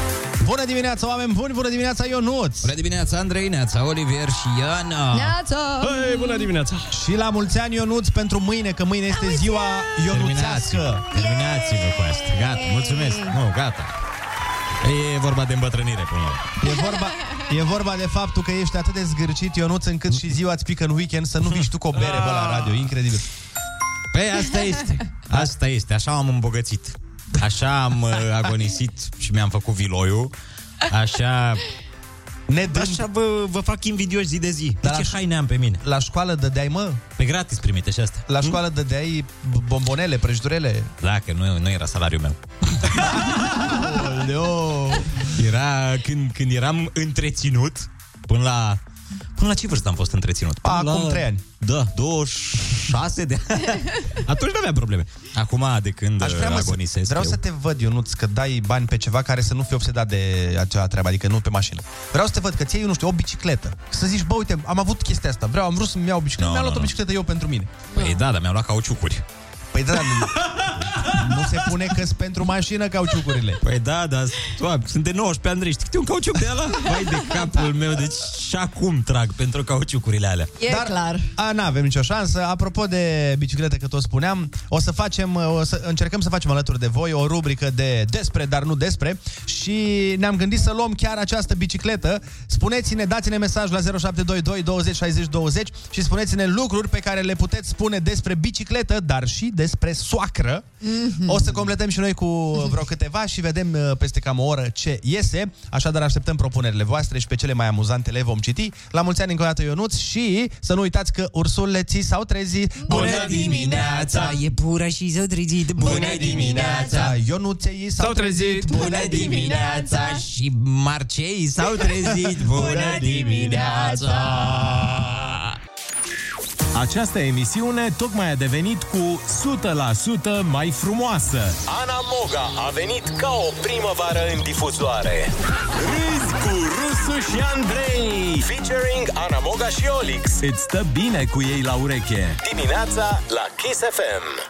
S5: Bună dimineața, oameni buni! Bună dimineața, Ionuț! Bună
S6: dimineața, Andrei, Neața, Olivier și Iana!
S7: Neața!
S6: Hei, bună dimineața!
S5: Și la mulți ani, Ionuț, pentru mâine, că mâine este ziua Ionuțească!
S6: Terminați-vă cu asta. Gata, mulțumesc. Nu, gata. E vorba de îmbătrânire până la urmă.
S5: E vorba, e vorba de faptul că ești atât de zgârcit, Ionuț, încât și ziua îți pică în weekend
S6: [LAUGHS]
S5: să nu vii și tu cu o bere pe la radio. Incredibil.
S6: Păi asta este. Asta este. Așa am îmbogățit. Așa am uh, agonisit și mi-am făcut viloiul. Așa...
S5: Ne dăm...
S6: Așa vă, vă fac invidioși zi de zi. Dar ce Deci haine am pe mine?
S5: La școală dădeai, mă?
S6: Pe gratis primite și astea.
S5: La școală dădeai b- bombonele, prăjiturele.
S6: Da, că nu, nu era salariul meu.
S5: Oleo.
S6: Era când, când eram întreținut până la... Până la ce vârstă am fost întreținut? Până
S5: Acum
S6: la...
S5: trei ani.
S6: Da, 26 de [LAUGHS] ani. Atunci nu aveam probleme. Acum, de când Aș
S5: Aș vrea, mă, să,
S6: agonisesc
S5: vreau
S6: eu...
S5: să te văd, Ionuț, că dai bani pe ceva care să nu fie obsedat de acea treabă, adică nu pe mașină. Vreau să te văd că ți iei, nu știu, o bicicletă. Să zici, bă, uite, am avut chestia asta, vreau, am vrut să-mi iau o bicicletă,
S6: Nu,
S5: mi-am luat
S6: nu,
S5: o
S6: nu.
S5: bicicletă eu pentru mine.
S6: Păi da, dar mi-am luat cauciucuri.
S5: Păi da, dar
S6: [LAUGHS]
S5: nu, nu se pune că pentru mașină cauciucurile.
S6: Păi da, dar doamne, sunt de 19 ani, Andrei, știi cât e un cauciuc de
S5: [LAUGHS]
S6: ala? Vai de capul meu, deci și acum trag pentru cauciucurile alea.
S7: E Dar... clar.
S5: A, n-avem nicio șansă. Apropo de biciclete, că tot spuneam, o să facem, o să încercăm să facem alături de voi o rubrică de despre, dar nu despre și ne-am gândit să luăm chiar această bicicletă. Spuneți-ne, dați-ne mesaj la 0722 20 60 20 și spuneți-ne lucruri pe care le puteți spune despre bicicletă, dar și despre soacră. Mm-hmm. O să completăm și noi cu vreo câteva și vedem uh, peste cam o oră ce iese. Așadar așteptăm propunerile voastre și pe cele mai amuzante le vom citi. La mulți ani încă o dată Ionuț și să nu uitați că ursuleții s-au trezit.
S6: E pură și s-au trezit Bună dimineața
S5: Ionuței s-au trezit
S6: Bună dimineața Și Marcei s-au trezit
S9: [LAUGHS]
S6: Bună dimineața
S12: Această emisiune tocmai a devenit cu 100% mai frumoasă.
S9: Ana Moga a venit ca o primăvară în difuzoare. Râzi cu Rusu și Andrei. Featuring Ana Moga și Olix.
S12: Îți stă bine cu ei la ureche.
S9: Dimineața la Kiss FM.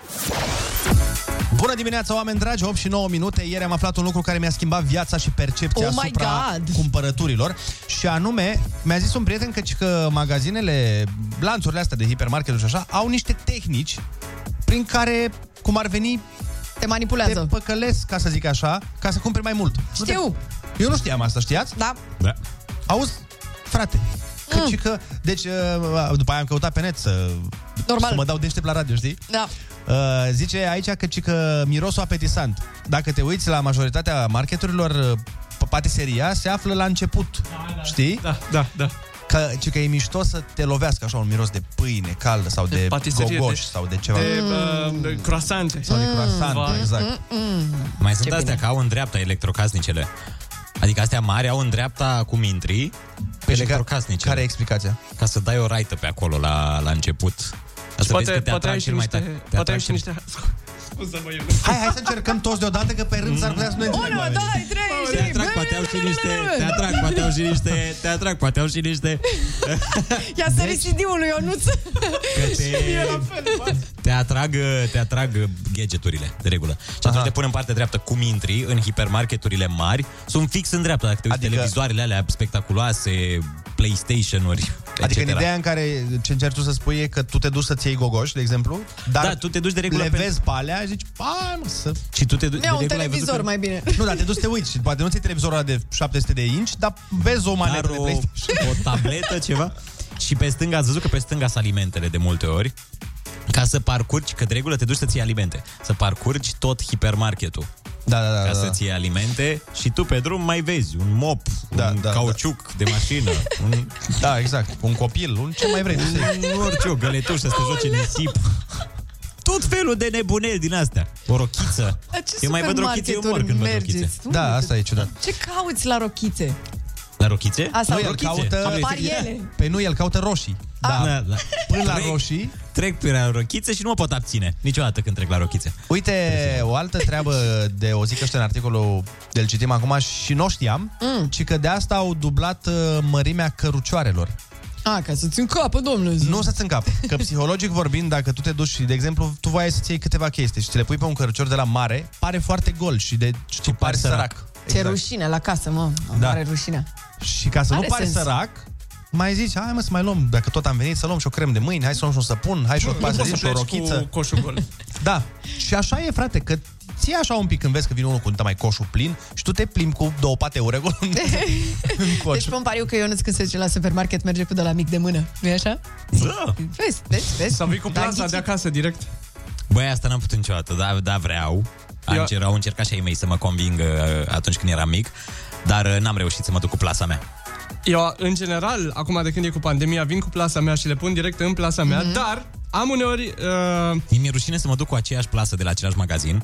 S5: Bună dimineața, oameni dragi! 8 și 9 minute. Ieri am aflat un lucru care mi-a schimbat viața și percepția
S7: Oh my
S5: asupra
S7: God!
S5: cumpărăturilor. Și anume, mi-a zis un prieten că, că magazinele, lanțurile astea de hipermarketuri și așa, au niște tehnici prin care, cum ar veni,
S7: Te manipulează.
S5: te păcălesc, ca să zic așa, ca să cumperi mai mult. Nu te-
S7: Știu.
S5: Eu nu știam asta, știați?
S7: Da.
S6: Da.
S5: Auzi, frate, că, mm. că, deci, uh, după aia am căutat pe net să,
S7: Normal.
S5: să mă dau deștept la radio, știi?
S7: Da.
S5: Uh, zice aici că, ci că mirosul apetisant. Dacă te uiți la majoritatea marketurilor, uh, p- patiseria se află la început. Da, da, știi?
S8: Da, da, da.
S5: Că, ci că e mișto să te lovească așa un miros de pâine caldă sau de,
S8: Patiserie
S5: gogoș sau de ceva.
S8: De, uh, de Mm-hmm. croissante. Sau
S5: de croissante,
S10: Mm-hmm.
S5: exact.
S6: Mai sunt astea că au în dreapta electrocasnicele Adică astea mari au în dreapta cu mintrii pe electrocasnicele
S5: Păi Care e explicația?
S6: Ca să dai o raită pe acolo la, la început Ca să vezi că te
S8: Poate, poate
S6: atrag
S8: ai și
S6: cel mai
S8: niște...
S6: tare te
S8: Poate
S6: atrag
S8: ai și
S6: cel-
S8: niște... Scuze-mă, eu.
S5: Hai, hai să încercăm toți deodată, că pe rând s-ar putea să nu înțelegem.
S7: Una,
S5: oamenii.
S7: doi,
S6: Te
S7: trei, și...
S6: atrag, poate au și niște, te atrag, poate au și niște, te atrag, poate au și niște,
S7: [LAUGHS] Ia să deci... CD-ul lui Ionuț.
S6: că te,
S7: Mie la fel, bă.
S6: te Te atrag, uh, te atrag uh, gadgeturile, de regulă. Și atunci Aha. te pun în partea dreaptă cum intri în hipermarketurile mari. Sunt fix în dreapta, dacă te uiți adică... televizoarele alea spectaculoase, PlayStation-uri,
S5: Adică
S6: etc.
S5: în ideea în care ce încerci tu să spui e că tu te duci să-ți iei gogoși, de exemplu, dar
S6: Da, tu te duci de regulă
S5: le
S6: pe-
S5: vezi pe alea și zici, a, nu să...
S6: Și tu te
S7: de un regulă ai văzut televizor că- mai bine.
S5: [LAUGHS] Nu, dar te duci să te uiți și poate nu ți televizorul ăla de 700 de inci, dar vezi o manetă
S6: Dar
S5: de
S6: o,
S5: PlayStation.
S6: o tabletă, ceva. Și pe stânga, ați văzut că pe stânga sunt alimentele de multe ori. Ca să parcurgi, că de regulă te duci să-ți iei alimente. Să parcurgi tot hipermarketul.
S5: Da, da, da,
S6: ca
S5: da.
S6: să-ți iei alimente și tu pe drum mai vezi un mop, da, un da, cauciuc da. de mașină, un...
S5: Da, exact, un copil, un ce mai vrei.
S6: Un orice, o găletușă să te joci în nisip. Tot felul de nebuneli din astea. O rochiță.
S7: La ce
S6: eu mai văd rochițe, eu mor când văd
S7: supermarketuri
S6: rochițe.
S7: mergeți? Da,
S5: asta e ciudat.
S7: Ce cauți la rochițe?
S6: La rochițe?
S7: Asta
S5: nu, el
S7: rochițe.
S5: caută...
S7: Apar
S5: [LAUGHS]
S7: ele.
S5: Pe nu, el caută roșii.
S6: Da. da, da.
S5: Până la
S6: roșii. Trec pe la rochițe și nu mă pot abține niciodată când trec la rochițe.
S5: Uite, o altă treabă de o zică ăștia în articolul de-l citim acum și nu o știam, mm. ci că de asta au dublat uh, mărimea cărucioarelor.
S7: A, ca să-ți încapă, domnule.
S5: Nu să-ți
S8: [LAUGHS]
S5: încap. Că psihologic vorbind, dacă tu te duci și, de exemplu, tu voiai să-ți iei câteva chestii și te le pui pe un cărucior de la mare, pare foarte gol și de și tu pari sărac.
S7: Ce rușine la casă, mă. Da.
S5: Exact. Da.
S7: Are rușine.
S5: Și ca să
S7: Are
S5: nu pari
S7: sens.
S5: sărac, mai zici, hai mă să mai luăm, dacă tot am venit, să luăm și o crem de mâini, hai să luăm și un săpun, hai și o
S8: Nu
S5: pasă
S8: poți să
S5: și o
S8: pleci cu
S5: rochiță.
S8: coșul gol.
S5: [LAUGHS] Da. Și așa e, frate, că ții așa un pic când vezi că vine unul cu mai coșul plin și tu te plimbi cu două pate uregul
S7: [LAUGHS]
S5: în, în coș.
S7: Deci pun pariu că Ionuț când se duce la supermarket merge cu de la mic de mână. nu-i așa?
S6: Da.
S7: Vezi, vezi, vezi.
S8: Să vii cu plasa de acasă direct.
S6: Băi, asta n-am putut niciodată, dar da, vreau. Am
S8: Eu-
S6: încercat, au încercat și ei mei să mă convingă uh, atunci când eram mic, dar uh, n-am reușit să mă duc cu plasa mea.
S8: Eu, în general, acum de când e cu pandemia, vin cu plasa mea și le pun direct în plasa mea,
S6: Mhm.
S8: mm-hmm. dar am uneori... Uh...
S6: Mi-e rușine să mă duc cu aceeași plasă de la același magazin,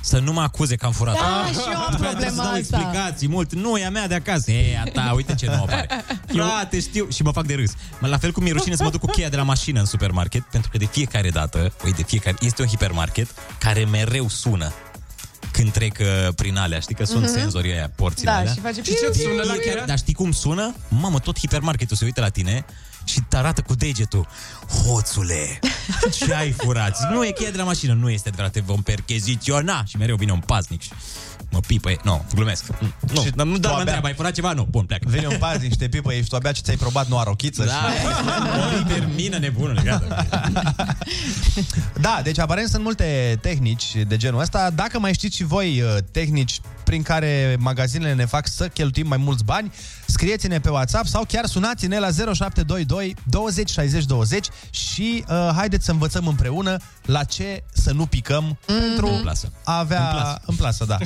S6: să nu mă acuze că am furat.
S8: Da, și eu am
S6: Trebuia
S8: problema
S6: să dau
S8: asta.
S6: explicații mult. Nu, e a mea de acasă. E, a ta, uite ce nouă pare. Frate, știu. Și mă fac de râs. Mă, La fel cum mi-e rușine să mă duc cu cheia de la mașină în supermarket, pentru că de fiecare dată, oi, de fiecare, este un hipermarket care mereu sună când trec uh, prin alea. Știi că sunt
S7: Mhm.
S6: mm-hmm. senzorii aia, porțile
S7: Da,
S6: alea.
S7: și face Și ce-ți piu, piu, sună la
S6: E
S7: cheia?
S6: chiar- Dar știi cum sună? Mamă, tot hipermarketul se uită la tine și te arată cu degetul. Hoțule, ce ai furat? Zic, Nu e cheia de la mașină, nu este adevărat, te vom percheziționa. Și mereu vine un paznic și mă pipă. e- Nu, glumesc. Mm, Nu,
S5: Și
S6: dar nu
S5: tu
S6: dar mă
S5: abia-
S6: întreabă, ai furat ceva? Nu, bun, pleacă.
S5: Vine un paznic și te pipă, ești tu abia ce ți-ai probat noua rochiță.
S6: Da, ori termină nebunul. Gata.
S5: Da, deci aparent sunt multe tehnici de genul ăsta. Dacă mai știți și voi uh, tehnici prin care magazinele ne fac să cheltuim mai mulți bani, scrieți-ne pe WhatsApp sau chiar sunați-ne la 0722 20 60 20 și uh, haideți să învățăm împreună la ce să nu picăm mm-hmm. pentru
S6: În plasă.
S5: a avea
S6: În plasă.
S5: în plasă, da.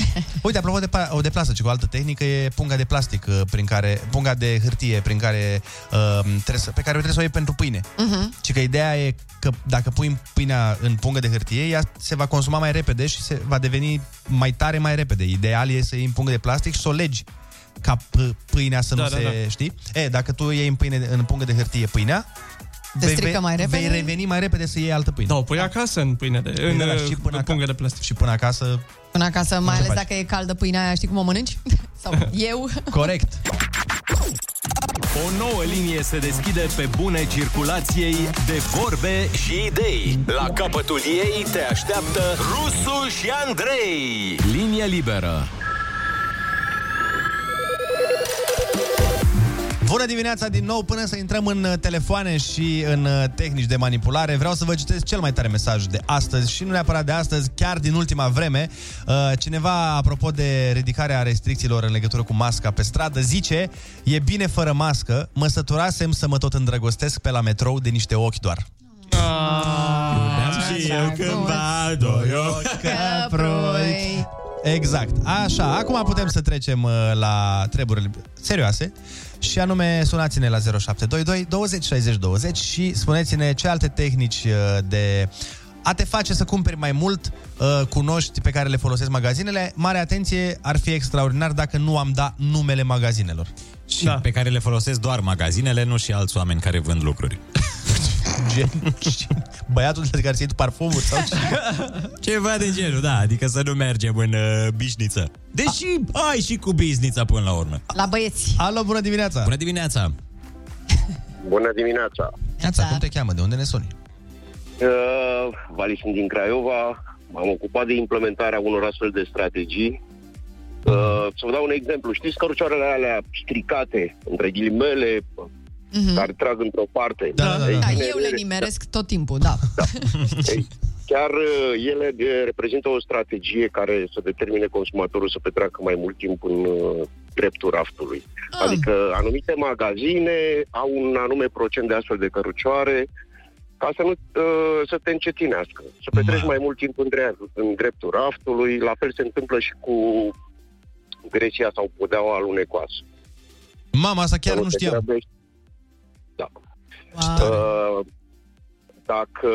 S5: Uite, apropo de, pa- de plasă, ce o altă tehnică e punga de plastic uh, prin care punga de hârtie prin care uh, trebuie să, pe care o trebuie să o iei pentru pâine.
S10: Mhm.
S5: Ci că ideea e că dacă pui pâinea în pungă de hârtie, ea se va consuma mai repede și se va deveni mai tare mai repede. Ideal e să iei în pungă de plastic și să o legi ca p- pâinea să
S8: Da,
S5: nu
S8: da,
S5: se,
S8: da.
S5: știi? E, dacă tu iei în, pâine, în pungă de hârtie pâinea,
S7: Te strică mai repede?
S5: vei reveni mai repede să iei altă pâine.
S8: Da, o pui acasă în pâine de... În,
S5: Pâine la
S8: în,
S5: și până
S8: în pungă de plastic.
S5: Și până acasă...
S7: Până acasă, mai
S5: Ce
S7: ales
S5: faci?
S7: dacă e caldă pâinea aia, știi cum o mănânci? [LAUGHS] Sau eu?
S5: Corect.
S9: O nouă linie se deschide pe bune circulației de vorbe și idei. La capătul ei te așteaptă Rusu și Andrei. Linie liberă.
S5: Bună dimineața din nou, până să intrăm în uh, telefoane și în uh, tehnici de manipulare, vreau să vă citesc cel mai tare mesaj de astăzi și nu neapărat de astăzi, chiar din ultima vreme. Uh, Cineva, apropo de ridicarea restricțiilor în legătură cu masca pe stradă, zice E bine fără mască, mă săturasem să mă tot îndrăgostesc pe la metrou de niște ochi doar. Ah.
S6: Iubeam și eu cândva doi ochi
S5: ca proiect. Exact. Așa, acum putem să trecem uh, la treburile serioase și anume sunați-ne la 0722 20 60 20 și spuneți-ne ce alte tehnici uh, de a te face să cumperi mai mult uh, cunoști pe care le folosesc magazinele. Mare atenție, ar fi extraordinar dacă nu am dat numele magazinelor.
S6: Și da. pe care le folosesc doar magazinele, nu și alți oameni care vând lucruri.
S5: Gen, [LAUGHS] băiatul de care ți tu parfumuri sau ce?
S6: Ceva de genul, da, adică să nu mergem în uh, bișniță. Deși ai și cu bișnița până la urmă.
S7: La băieți.
S5: Alo, bună dimineața!
S6: Bună dimineața!
S15: Bună dimineața!
S5: Neața, cum te cheamă? De unde ne suni?
S15: Uh, [LAUGHS] Vali sunt din Craiova, m-am ocupat de implementarea unor astfel de strategii. Uh, să vă dau un exemplu. Știți cărucioarele alea stricate, între ghilimele,
S7: Mhm.
S15: care trag într-o parte. Da, da,
S7: Da, eu le nimeresc tot timpul, da.
S15: Chiar uh, ele uh, reprezintă o strategie care să determine consumatorul să petreacă mai mult timp în uh, dreptul raftului. Adică anumite magazine au un anume procent de astfel de cărucioare ca să nu uh, să te încetinească, să petreci mai mult timp în, drept, în dreptul raftului. La fel se întâmplă și cu Grecia sau podeaua alunecoasă.
S5: Mama, asta chiar
S15: Sau
S5: nu
S15: te
S5: știam.
S15: grăbești. Da. Uh, dacă,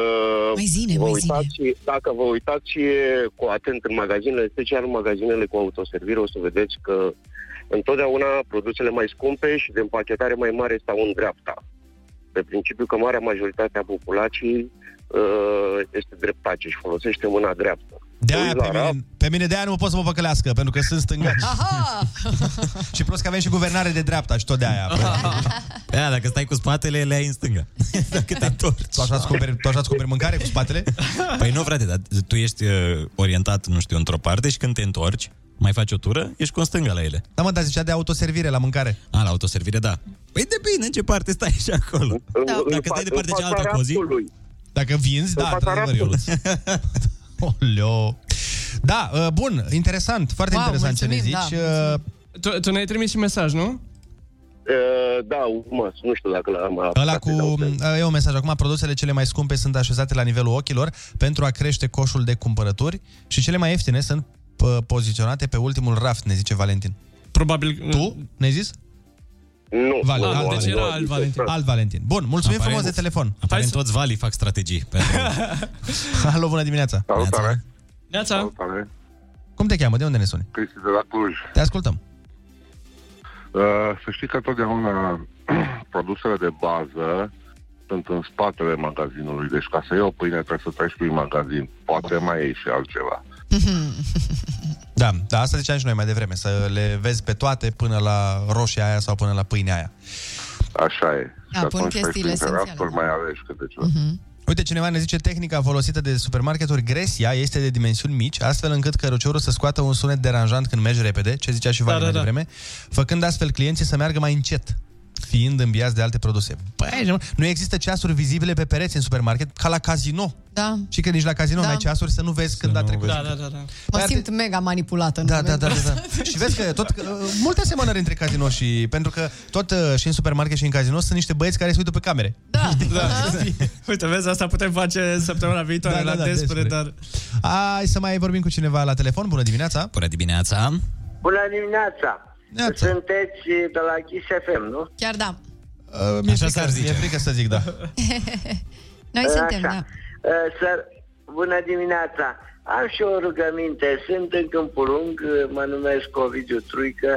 S7: Mai zine,
S15: vă
S7: mai
S15: uitați, dacă vă uitați cu atent în magazinele, special în magazinele cu autoservire, o să vedeți că întotdeauna produsele mai scumpe și de împachetare mai mare stau în dreapta. Pe principiu că marea majoritate a populației uh, este dreptace și folosește mâna dreaptă.
S5: De aia pe
S15: da.
S5: mine, pe mine de aia nu pot să mă păcălească, pentru că sunt
S7: [LAUGHS]
S5: stângaci. și prost că avem și guvernare de dreapta și tot de
S6: [LAUGHS]
S5: aia.
S6: Da, dacă stai cu spatele, le ai în
S5: [LAUGHS]
S6: stânga. dacă te întorci. Tu
S5: așa descoperi, tu așa descoperi mâncare cu spatele?
S6: Păi nu, frate, dar tu ești uh, orientat, nu știu, într-o parte și când te întorci, mai faci o tură, ești cu în stânga la ele.
S5: Da, mă, dar zicea de autoservire la mâncare.
S6: A, la autoservire, da. Păi depinde în ce parte stai și acolo.
S5: Da.
S6: Da.
S5: în
S6: Dacă stai
S5: fa-
S6: de partea
S5: în
S6: cealaltă a
S5: fața
S6: cozii,
S5: raftului. Dacă vinzi, da, într-adevăr, Ionuț. [LAUGHS] Oleo. Da, uh, bun, interesant, foarte
S8: Wow,
S5: interesant ce ne
S8: mulțumim,
S5: zici.
S8: da,
S5: Uh,
S8: Tu, tu ne-ai trimis și mesaj, nu?
S15: Uh, da, mă, nu știu dacă l-am
S5: Ăla cu... uh, E un mesaj acum. Produsele cele mai scumpe sunt așezate la nivelul ochilor pentru a crește coșul de cumpărături și cele mai ieftine sunt uh, poziționate pe ultimul raft, ne zice Valentin.
S8: Probabil...
S5: Tu? Ne-ai zis?
S15: Nu.
S5: Val,
S6: nu,
S5: alt,
S6: nu,
S5: Valentin.
S6: nu, nu, nu, nu, nu.
S5: Alt Valentin. Bun, mulțumim
S6: Aparent-
S5: frumos de telefon.
S6: Aparent toți valii fac strategii. pentru-
S5: Alo, bună dimineața.
S16: Salutare.
S8: Neața.
S16: Salutare.
S5: Cum te cheamă? De unde ne suni?
S16: Cristi de la Cluj.
S5: Te
S7: [LAUGHS]
S5: ascultăm.
S16: Uh, să știi că totdeauna [CLEARS THROAT] produsele de bază sunt în spatele magazinului. Deci ca să iei o pâine trebuie să treci prin magazin. Poate mai iei și altceva.
S5: Da, da, asta ziceam și noi mai devreme, să le vezi pe toate până la roșia aia sau până la pâinea aia.
S16: Așa e.
S5: Da,
S16: și
S5: pun
S16: atunci treci
S5: chestiile
S16: printre
S5: esențiale,
S16: rafturi, mai alegi câte ceva.
S7: Mhm.
S5: Uite, cineva ne zice, tehnica folosită de supermarketuri Gresia este de dimensiuni mici, astfel încât căruciorul să scoată un sunet deranjant când merge repede, ce zicea și Vali da, mai da, devreme, făcând astfel clienții să meargă mai încet, fiind îmbiați de alte produse. Băi, nu există ceasuri vizibile pe pereți în supermarket, ca la casino.
S7: Da.
S5: Și că nici la casino
S7: Da.
S5: da. n-ai ceasuri să nu vezi când a trecut. Păi,
S8: da, da.
S7: Mă simt mega manipulată în
S5: Da, da, da, da, da. și vezi că tot, uh, multe asemănări între casino și... Pentru că tot uh, și în supermarket și în casino sunt niște băieți care se uită pe camere. [LAUGHS]
S7: Da.
S8: da. Uite, vezi, asta putem face săptămâna viitoare
S5: Da,
S8: da,
S5: da,
S8: la
S5: da,
S8: da, despre,
S5: despre.
S8: dar...
S5: Hai să mai vorbim cu cineva la telefon. Bună dimineața!
S6: Bună dimineața!
S17: Bună dimineața! Sunteți de la Kiss FM, nu?
S7: Chiar da.
S5: Uh, Mi-e frică, mi-e frică să
S6: [LAUGHS]
S5: zic, da.
S7: [LAUGHS] Noi suntem,
S17: Așa.
S7: da.
S17: Uh, Să... Bună dimineața! Am și o rugăminte. Sunt în Câmpul Lung, uh, mă numesc Ovidiu Truică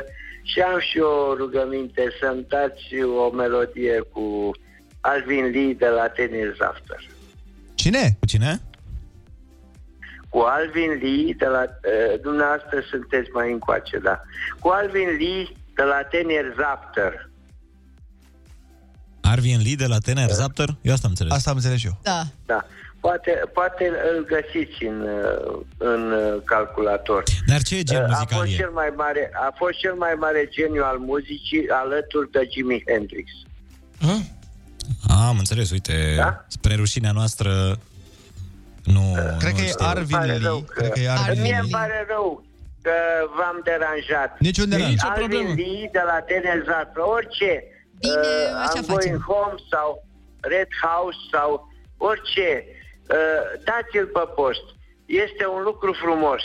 S17: și am și o rugăminte să-mi dați o melodie cu Alvin Lee de la Tennis After.
S5: Cine?
S6: Cu cine?
S17: Cu Alvin Lee de la... Uh, dumneavoastră sunteți mai încoace, da. Cu Alvin Lee de la Tennis After.
S6: Arvin Lee de la TNR Zapter? Eu asta am înțeles. Asta
S5: am înțeles și eu.
S7: Da.
S17: Da. Poate, poate îl găsiți în, uh, în uh, calculator.
S6: Dar ce gen
S17: a
S6: muzical
S17: fost,
S6: e?
S17: cel mai mare, a fost cel mai mare geniu al muzicii alături de Jimi Hendrix.
S6: A, am înțeles, uite, da? spre rușinea noastră nu,
S5: Cred
S6: nu
S5: că e
S6: știu.
S5: Arvin Lee. Cred că e Arvin
S17: Mie îmi
S5: Lee.
S17: pare rău că v-am deranjat.
S5: Niciun deranj. Nicio
S17: Alvin
S5: problemă.
S17: Lee de la Tenezat, orice. Bine, uh,
S7: așa
S17: I'm Going Home sau Red House sau orice. Uh, dați-l pe post. Este un lucru frumos.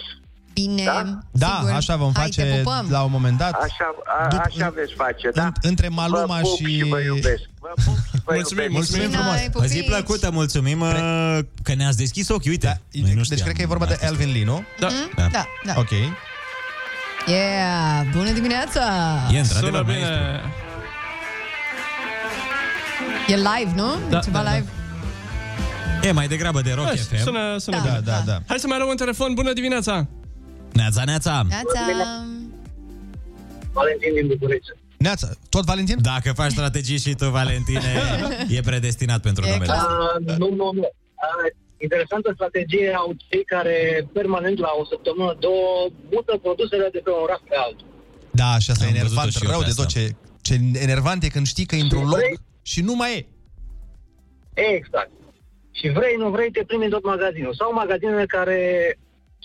S7: Bine.
S5: Da, așa vom
S7: Hai, te
S5: face
S7: pupăm.
S5: la un moment dat.
S17: Așa, a, așa veți face, da?
S5: Între Maluma
S17: Vă pup
S5: și...
S17: și vă iubesc.
S6: Mulțumim, mulțumim
S5: Bine, ai
S6: frumos. O zi
S5: pupici.
S6: plăcută, mulțumim uh, că ne-ați deschis ochii, uite. Da, Noi nu
S5: Deci cred că e vorba de Alvin Lee, nu?
S6: Da.
S7: Da, da. da.
S5: Ok.
S7: Yeah, bună dimineața!
S6: E într-adevăr
S8: Sună
S6: maestru.
S7: E live, nu?
S8: Da,
S7: e ceva
S8: da, da.
S7: live?
S6: E mai degrabă de Rock FM.
S8: Sună, sună
S7: Da,
S8: bine.
S7: da, da.
S8: Hai să mai luăm un telefon. Bună dimineața!
S6: Neața, neața!
S7: Neața!
S17: Valentin din București.
S5: Neața, tot Valentin? [LAUGHS]
S6: Dacă faci strategii și tu, Valentine, e predestinat pentru
S17: E
S6: numele
S18: Ah,
S17: clar.
S5: Da.
S6: ăsta.
S17: Nu, nu, nu.
S18: Interesantă strategie au cei care permanent la o săptămână, două, mută produsele de pe un raft pe altul.
S5: Da, și asta e
S6: văzut-o
S5: enervant
S6: și eu
S5: rău
S6: pe
S5: de tot ce, ce enervant e când știi că intru un loc și nu mai e.
S18: Exact. Și vrei, nu vrei, te primi în tot magazinul. Sau magazinele care...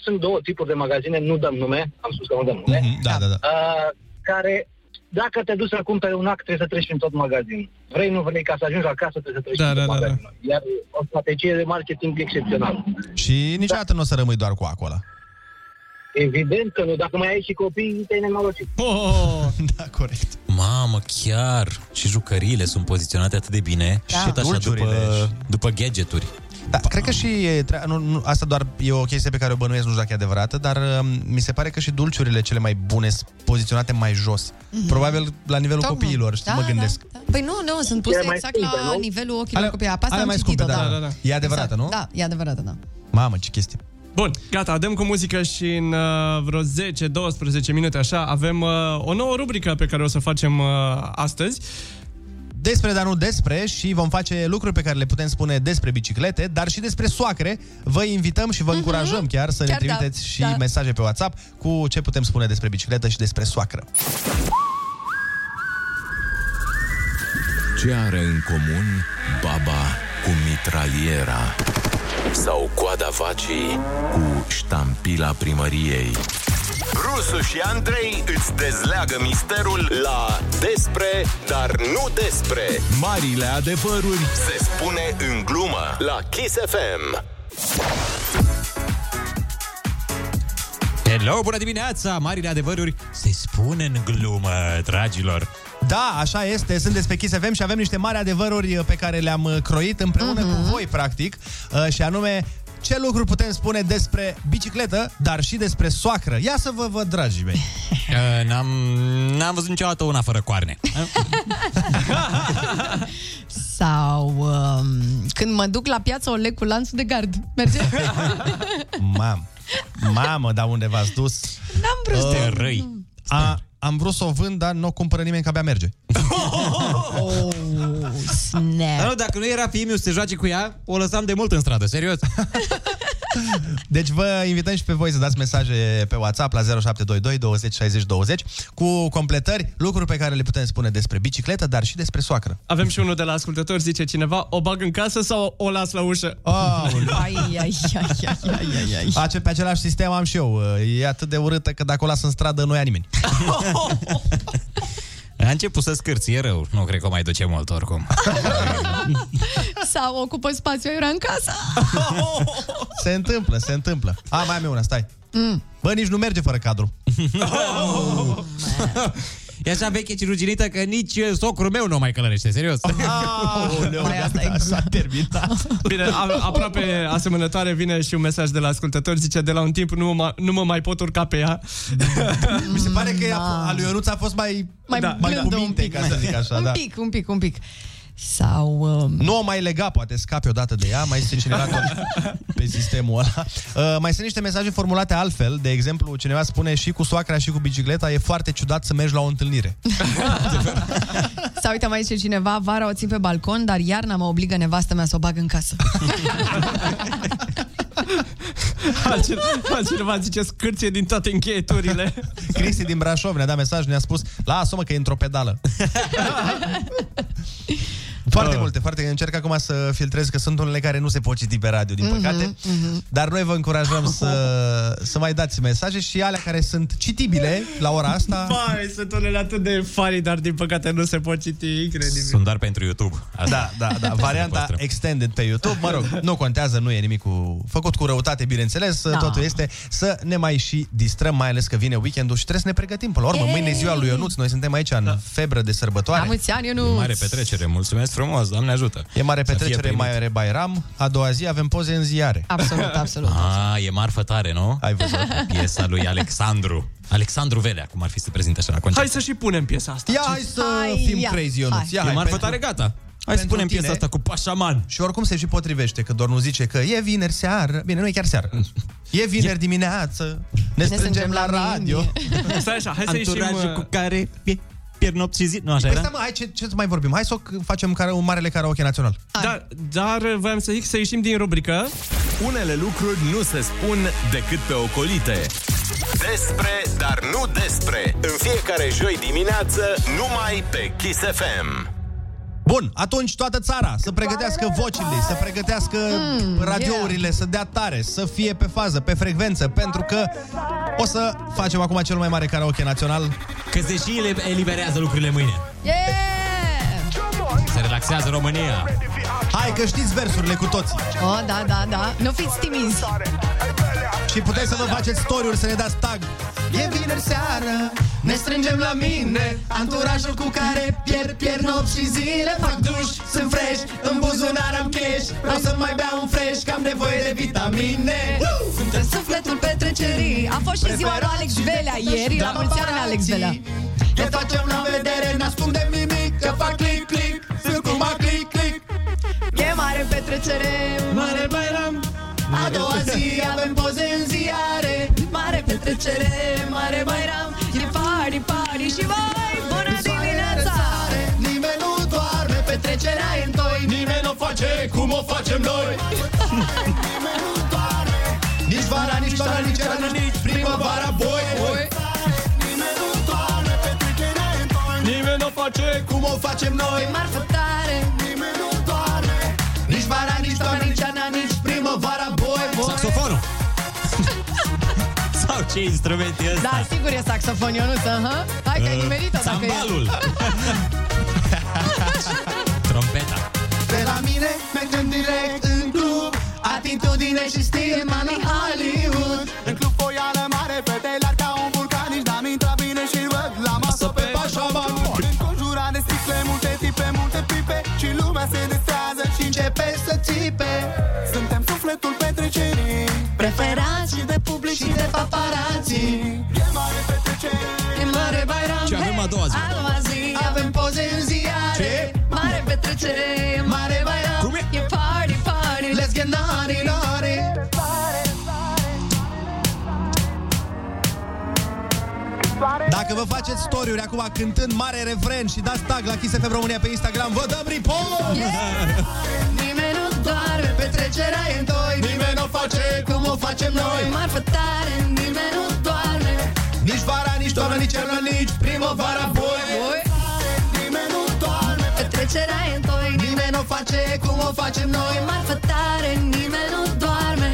S18: Sunt două tipuri de magazine, nu dăm nume, am spus că nu dăm nume,
S5: Mhm, Da, da, da.
S18: uh, care dacă te duci să cumperi un act, trebuie să treci prin tot magazinul. Vrei, nu vrei, ca să ajungi acasă, trebuie să treci
S5: Da,
S18: prin
S5: da,
S18: tot
S5: da, da.
S18: magazinul. Iar o strategie de marketing excepțională.
S5: Și niciodată nu o să rămâi doar cu acola.
S18: Evident că nu, dacă mai ai și copii, te-ai nenorocit.
S8: Oh!
S5: da, corect.
S6: Mamă, chiar! Și jucăriile sunt poziționate atât de bine
S5: Da.
S6: și tot așa după,
S5: Dulciurile
S6: după gadgeturi.
S5: Da, cred că și e tre- nu, nu, asta doar e o chestie pe care o bănuiesc, nu știu dacă e adevărată, dar um, mi se pare că și dulciurile cele mai bune sunt poziționate mai jos.
S7: Mhm.
S5: Probabil la nivelul
S7: Tocmai.
S5: copiilor, știi,
S7: Da,
S5: mă
S7: da,
S5: gândesc.
S7: Da. Păi nu, nu, sunt puse
S5: Ele mai
S7: exact
S5: scumpe,
S7: la
S5: nu?
S7: nivelul ochilor copiilor. Pe asta
S5: alea
S7: am
S5: mai
S7: citit-o,
S5: scumpe,
S7: da.
S5: da, da, da. E adevărată, nu?
S7: Da, e adevărată, da.
S5: Mamă, ce chestie.
S8: Bun, gata, dăm cu muzică și în uh, vreo 10-12 minute așa avem uh, o nouă rubrică pe care o să o facem uh, astăzi.
S5: Despre, dar nu despre și vom face lucruri pe care le putem spune despre biciclete, dar și despre soacre. Vă invităm
S7: Mhm.
S5: și vă încurajăm chiar să
S19: Chiar
S5: ne
S19: da,
S5: trimiteți și
S19: da.
S5: mesaje pe WhatsApp cu ce putem spune despre bicicletă și despre soacră.
S9: Ce are în comun baba cu mitraliera? Sau coada vacii cu ștampila primăriei?
S20: Rusu și Andrei îți dezleagă misterul la Despre, dar nu despre
S9: Marile adevăruri
S20: Se spune în glumă la Kiss FM
S6: Hello, bună dimineața! Marile adevăruri se spune în glumă, [LAUGHS] dragilor.
S5: Da, așa este, sunteți pe Kiss FM și avem niște mari adevăruri pe care le-am uh, croit împreună
S7: Mhm.
S5: cu voi, practic, uh, și anume ce lucruri putem spune despre bicicletă, dar și despre soacră. Ia să vă văd, dragii
S7: [LAUGHS]
S5: mei.
S6: Uh, n-am, n-am văzut niciodată una fără coarne.
S7: Sau um, când mă duc la piață, o leg cu lanțul de gard. Merge?
S5: Mam, mamă, dar unde v-ați dus? Uh,
S7: N-am vrut să- Te
S6: răi.
S5: A, am vrut să o vând, dar nu o cumpără nimeni, că abia merge.
S7: oh, snap.
S6: [LAUGHS] Dar nu, dacă nu era fiimiu să se joace cu ea, o lăsam de mult în stradă, serios.
S5: Deci vă invităm și pe voi să dați mesaje pe WhatsApp la 0722 20 60 20 cu completări, lucruri pe care le putem spune despre bicicletă, dar și despre soacră.
S8: Avem și unul de la ascultători, zice cineva, o bag în casă sau o las la ușă?
S5: Aoleu.
S7: Ai, ai, ai, ai, ai, ai, ai.
S5: Ace, pe același sistem am și eu. E atât de urâtă că dacă o las în stradă, nu ia nimeni.
S6: [LAUGHS] A început să scârție rău. Nu cred că o mai duce mult, oricum.
S7: Sau ocupă spațiu aiurea în casă.
S5: Se întâmplă, se întâmplă. A, mai am eu una, stai.
S7: Mm.
S5: Bă, nici nu merge fără cadru.
S6: [LAUGHS] E așa veche și ruginită că nici eh, socrul meu nu o mai călărește, [LAUGHS] serios.
S5: Aoleu, da,
S7: gata,
S5: s-a terminat.
S8: Bine, a, aproape asemănătoare vine și un mesaj de la ascultători, zice, de la un timp nu mă, nu mă mai pot urca pe ea.
S5: Mi se pare că ea, a lui Ionuț a fost mai, Da,
S7: Mai
S5: mai
S7: blândă
S5: cu
S7: un
S5: minte,
S7: pic,
S5: ca
S7: mai-
S5: să zic așa,
S7: un
S5: da.
S7: pic, un pic, un pic. Sau... Um...
S5: Nu o mai lega, poate scapi odată de ea, mai este
S7: [LAUGHS]
S5: cineva tot pe sistemul ăla. Uh, mai sunt niște mesaje formulate altfel, de exemplu, cineva spune și cu soacra și cu bicicleta, e foarte ciudat să mergi la o întâlnire.
S7: Sau uite, mai zice cineva, vara o țin pe balcon, dar iarna mă obligă nevastă mea să o bag în casă.
S8: Altcine- [LAUGHS] Altcineva zice scârție din toate încheieturile.
S5: [LAUGHS] Cristi din Brașov ne-a dat mesaj, ne-a spus, lasă-mă că e într-o
S8: [LAUGHS]
S5: pedală. Foarte
S8: Oh.
S5: multe, foarte încerc acum să filtrez că sunt unele care nu se pot citi pe radio,
S10: Mhm.
S5: din păcate.
S7: Mm-hmm.
S5: Dar noi vă încurajăm să, să mai dați mesaje și alea care sunt citibile la ora asta.
S8: Mai sunt unele atât de funny, dar din păcate nu se pot citi, incredibil.
S6: Sunt doar pentru YouTube.
S5: Da, da, da. Varianta extended pe YouTube, mă rog, nu contează, nu e nimic cu... făcut cu răutate, bineînțeles.
S6: Da.
S5: Totul este să ne mai și distrăm, mai ales că vine weekendul și trebuie să ne pregătim. Până la urmă,
S7: Ei!
S5: mâine e ziua lui Ionuț, noi suntem aici în febră de
S7: La
S5: sărbătoare.
S7: mulți ani, eu
S6: Da. E
S7: nu...
S6: mare petrecere, mulțumesc frumos, Doamne ajută.
S5: E mare
S6: Să fie
S5: petrecere,
S6: primit.
S5: mai are Bairam, a doua zi avem poze în ziare.
S6: [LAUGHS]
S7: Absolut, absolut.
S6: Ah, e marfă tare, nu?
S5: Ai văzut.
S6: Piesa lui [LAUGHS] Alexandru. Alexandru Velea, cum ar fi să se prezinte așa la concert.
S8: Hai să și punem piesa asta.
S5: Ia hai să
S6: Hai,
S5: fim
S6: ia.
S5: crazy, Ionuț.
S6: Hai.
S5: Ia,
S6: E
S5: hai,
S6: marfă tare, gata. Hai să
S5: pentru
S6: punem
S5: tine.
S6: piesa asta cu pașaman.
S5: Și oricum se și potrivește, că doar nu zice că e vineri seară. Bine, nu e chiar seară. E vineri dimineață, ne, strângem la radio.
S6: [LAUGHS]
S8: Stai așa, hai să ieșim...
S6: uh, Anturajul cu
S8: care...
S6: Pierd nopți și zi, nu așa
S5: Păi
S6: era?
S5: stai, mă, hai, ce, ce mai vorbim? Hai să o c- facem care, un marele karaoke național.
S8: Da,
S21: Dar, dar voiam să zic să ieșim din rubrică.
S8: Unele lucruri nu se spun decât pe ocolite.
S9: Despre, dar nu despre. În fiecare joi dimineață, numai pe Kiss FM.
S5: Bun, atunci toată țara să
S7: da,
S5: pregătească vocile, să pregătească
S7: Hmm,
S9: Mm,
S5: radiourile, să dea tare, să fie pe fază, pe frecvență, pentru că o să facem acum cel mai mare karaoke național.
S6: Că se și ele eliberează lucrurile mâine.
S7: Yeah!
S6: Se relaxează România.
S5: Hai că știți versurile cu toții.
S7: Oh, da, da, da. Nu fiți timizi.
S5: Și puteți să vă faceți story-uri, să ne dați tag.
S22: E vineri seară, ne strângem la mine Anturajul cu care pierd, pierd nopți și zile Fac duș, sunt fresh, în buzunar am cash Vreau să mai beau un fresh, că am nevoie de vitamine
S7: Suntem sufletul petrecerii. A fost și ziua lui Alex Velea ieri. La mulți ani, Alex Velea.
S22: Ne facem la vedere, n-ascundem nimic Că fac click, click, sunt cum a click, click
S7: E mare petrecere,
S22: mare bairam a doua zi avem poze în ziare
S7: Mare petrecere, mare bairam E party, party și vai Bună dimineața!
S22: Nimeni nu doarme, petrecerea e în toi Nimeni nu face cum o facem noi Nimeni nu doarme Nici vara, nici toamna, nici iarna, nici primăvara, boi Nimeni nu doarme, petrecerea e în toi Nimeni nu face cum o facem noi
S7: E marfă tare
S22: Nimeni nu doarme Nici vara, nici toamna, nici iarna, nici primăvara, boi, boi
S6: Saxofonul. [LAUGHS] Sau ce instrument e ăsta?
S7: Da, sigur e saxofon, Ionuț, aha. Hai că ai
S6: Uh,
S7: nimerit-o dacă e. [LAUGHS]
S6: Sambalul. Trompeta.
S22: De la mine mergem direct în club Atitudine și stil, mani Hollywood În club foială mare, fete larg ca un vulcan Nici n-am intrat bine și văd la masă pe pașaman Înconjurat de sticle, multe tipe, multe pipe Și lumea se distrează și începe să țipe Suntem sufletul petrecerii Preferați și de public și de paparazzi E mare petrecere, e mare bairam
S6: Ce avem a doua zi?
S22: A doua zi avem poze în ziare
S6: Ce?
S7: Mare petrecere, mare bairam
S22: Cum
S7: e? party, party
S22: Let's get naughty, naughty
S5: Dacă vă faceți story-uri acum cântând mare refren și dați tag la Kiss FM România pe Instagram, vă dăm ripost!
S22: Nimeni nu doarme, petrecerea e în doi Nimeni nu face cum o facem noi
S7: Marfă tare, nimeni nu doarme
S22: Nici vara, nici toamna, nici iarna, nici primăvara, boi Nimeni nu doarme,
S7: Petrecerea e în toi
S22: Nimeni nu face cum o facem noi
S7: Marfă tare, nimeni nu doarme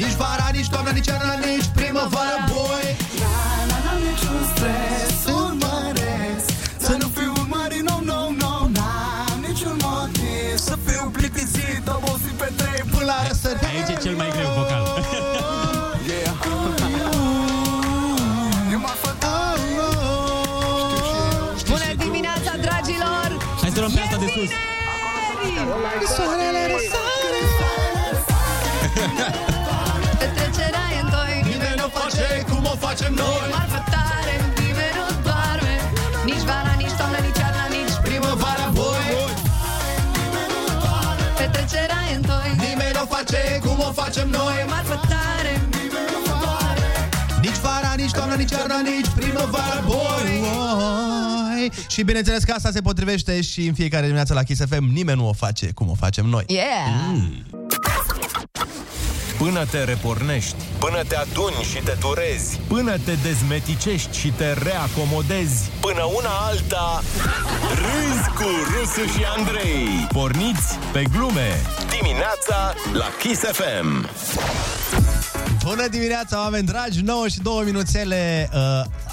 S22: Nici vara, nici toamna, nici iarna, nici primăvara, boi Na, n-am niciun stres, urmăresc Să nu fiu urmărit, no, no, no N-am niciun motiv Să fiu plictisit, obosit pe trei Până la răsărit
S6: Aici e cel mai greu vocal.
S7: Bună dimineața, dragilor!
S6: Hai să luăm pe asta de sus.
S7: Soarele răsare Petrecerea e în toi
S22: Nimeni nu face cum o facem noi
S7: Marfă tare, nimeni nu doarme Nici vara, nici toamna, nici iarna, nici
S22: Primăvara, voi
S7: Petrecerea e în toi
S22: Nimeni nu face cum o facem noi
S7: Marfă tare, nimeni nu doarme
S5: Nici vara, nici toamna, nici iarna, nici primăvara, boi! Oi! Și bineînțeles că asta se potrivește și în fiecare dimineață la Kiss FM nimeni nu o face cum o facem noi.
S7: Yeah!
S8: Până te repornești,
S9: Până te aduni și te durezi,
S8: până te dezmeticești și te reacomodezi,
S9: până una alta, Da. râzi cu Rusu și Andrei.
S8: porniți pe glume.
S9: Dimineața la Kiss FM.
S5: Bună dimineața, oameni dragi! 9 și 2 minuțele. Uh,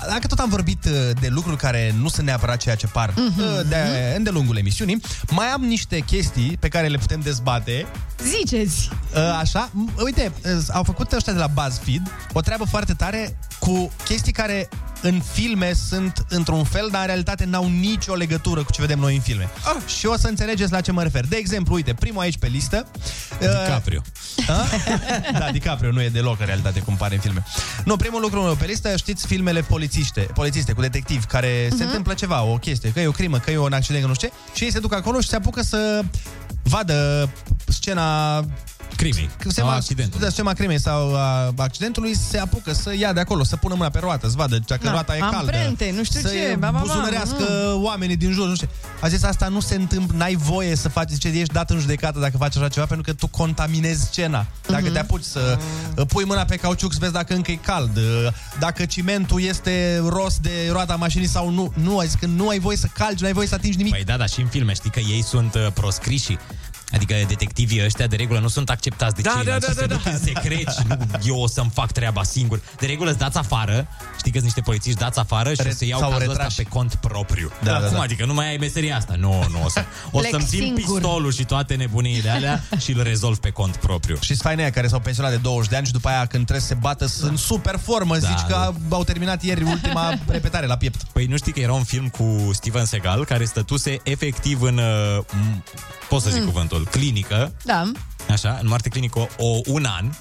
S5: Dacă tot am vorbit uh, de lucruri care nu sunt neapărat ceea ce par uh, de îndelungul emisiunii, mai am niște chestii pe care le putem dezbate.
S7: Ziceți!
S5: Uh, Așa, M- uite, uh, au făcut ăștia de la BuzzFeed o treabă foarte tare cu chestii care în filme sunt într-un fel, dar în realitate n-au nicio legătură cu ce vedem noi în filme. Și o să înțelegeți la ce mă refer. De exemplu, uite, primul aici pe listă... uh,
S6: DiCaprio.
S5: a? da, DiCaprio nu e deloc în realitate cum pare în filme. Nu, primul lucru meu pe listă, știți filmele polițiște, polițiste cu detectivi care uh-huh. se întâmplă ceva, o chestie, că e o crimă, că e un accident, că nu știu ce, și ei se duc acolo și se apucă să vadă scena
S6: Crimei.
S5: se va, accidentului. Da, seama crimei sau a accidentului, se apucă să ia de acolo, să pună mâna pe roată, să vadă dacă
S7: Da,
S5: roata e caldă.
S7: amprente, nu știu
S5: să
S7: ce, ba, ba, ba,
S5: buzunărească
S7: mm.
S5: oamenii din jur, nu știu. A zis, asta nu se întâmplă, n-ai voie să faci, zice, ești dat în judecată dacă faci așa ceva, pentru că tu contaminezi scena. Dacă
S7: Mhm.
S5: te apuci să
S7: Ah.
S5: uh, pui mâna pe cauciuc să vezi dacă încă e cald, uh, dacă cimentul este rost de roata mașinii sau nu. Nu, a zis că nu ai voie să calci, nu ai voie să atingi nimic.
S6: Păi da, dar și în filme știi că ei sunt uh, proscriși. Adică detectivii ăștia de regulă nu sunt acceptați de
S8: Da,
S6: ceilalți
S8: da,
S6: și
S8: da,
S6: se
S8: da,
S6: duc
S8: da.
S6: în secret și nu, eu o să-mi fac treaba singur. De regulă îți dați afară, știi că sunt niște polițiști dați afară și
S5: Re-
S6: o să iau
S5: sau
S6: cazul
S5: retrași.
S6: ăsta pe cont propriu.
S5: Da, da,
S6: Cum
S5: da.
S6: adică nu mai ai meseria asta? Nu, nu o să. O
S5: Plec
S6: să-mi țin
S5: singur.
S6: pistolul și toate nebuniile
S5: [LAUGHS]
S6: alea și îl rezolv pe cont propriu.
S5: Și fainea care s-au pensionat de 20 de ani și după aia când trebuie să se bată sunt super formă,
S6: Da,
S5: zici că au terminat ieri
S6: [LAUGHS]
S5: ultima repetare la piept.
S6: Păi nu știi că era un film cu Steven Segal care stătuse efectiv în, uh, m- pot să zic
S7: Mm.
S6: cuvântul, clinică,
S7: Da.
S6: Așa, în moarte clinică o, un an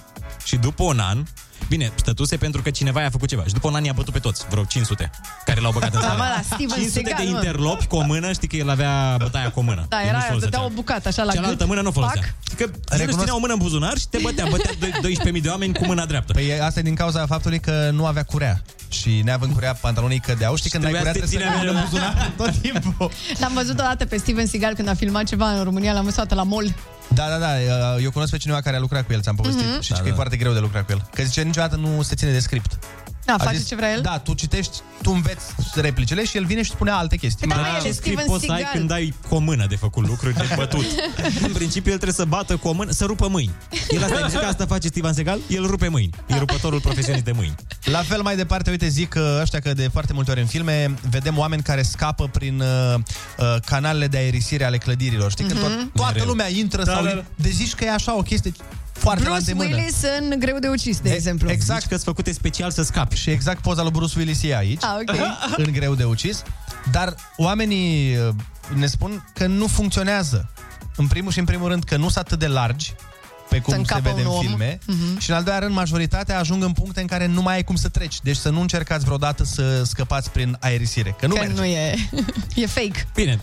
S6: și după un an, bine, stătuse pentru că cineva i-a făcut ceva și după un an i-a bătut pe toți, vreo 500, care l-au băgat în
S7: Da,
S6: sală.
S7: mă, la Steven
S6: 500
S7: Seagal,
S6: de
S7: mă.
S6: interlopi cu o mână, știi că el avea bătaia cu o mână.
S7: Da,
S6: El nu-și
S7: era,
S6: folosea
S7: dădea o bucată așa la
S6: Cealaltă
S7: gât.
S6: mână nu folosea.
S7: Pac.
S6: Adică el își ținea o mână în buzunar și te bătea, bătea
S7: [LAUGHS]
S6: doi- 12.000 de oameni cu mâna dreaptă.
S5: Păi asta e din cauza faptului că nu avea curea. Și neavând curea, pantalonii cădeau. Știi, când n-ai curea,
S6: trebuia
S5: trebuie
S6: să
S5: să Da,
S6: te
S5: mergi
S6: ține
S5: în [LAUGHS] buzunar tot
S6: mereu.
S5: timpul.
S7: L-am văzut odată pe Steven Seagal când a filmat ceva în România, l-am văzut la mall.
S5: Da, da, da, eu cunosc pe cineva care a lucrat cu el, ți-am povestit.
S7: Mhm.
S5: Mm-hmm. Și
S7: Da,
S5: da, că e
S7: da.
S5: foarte greu de lucrat cu el. Că zice, niciodată nu se ține de script.
S7: Da,
S5: A
S7: face
S5: zis,
S7: ce vrea el.
S5: Da, tu citești, tu înveți replicile și el vine și spune alte chestii.
S7: Păi da, mă, el,
S6: ce script
S7: Steven
S6: poți să ai
S7: Seagal.
S6: când ai cu o mână de făcut lucruri de bătut? În principiu, el trebuie să bată cu o mână, să rupă mâini. El asta,
S7: [LAUGHS]
S6: zice că asta face Steven Segal, el rupe mâini. E rupătorul profesionist de mâini.
S5: La fel mai departe, uite, zic că ăștia că de foarte multe ori în filme vedem oameni care scapă prin uh, uh, canalele de aerisire ale clădirilor. Știi, mm-hmm. când
S7: Mhm.
S5: tot, toată
S7: Mereu.
S5: lumea intră
S7: Da,
S5: sau...
S7: da, da.
S5: De zici că e așa o chestie foarte la
S7: Bruce
S5: îndemână.
S7: Willis în greu de ucis, de exemplu.
S5: Exact.
S6: că sunt făcute special să scapi.
S5: Și exact poza lui Bruce Willis e aici.
S7: Ah, ok.
S5: [LAUGHS] În greu de ucis. Dar oamenii uh, ne spun că nu funcționează. În primul și în primul rând că nu sunt atât de largi pe
S7: Să
S5: cum se
S7: încapă
S5: vede
S7: un
S5: în
S7: om.
S5: filme.
S7: Mhm.
S5: Și în al doilea rând, majoritatea ajung în puncte în care nu mai ai cum să treci. Deci să nu încercați vreodată să scăpați prin aerisire. Că nu
S7: Că
S5: merge.
S7: nu e, [LAUGHS] e fake.
S6: Bine,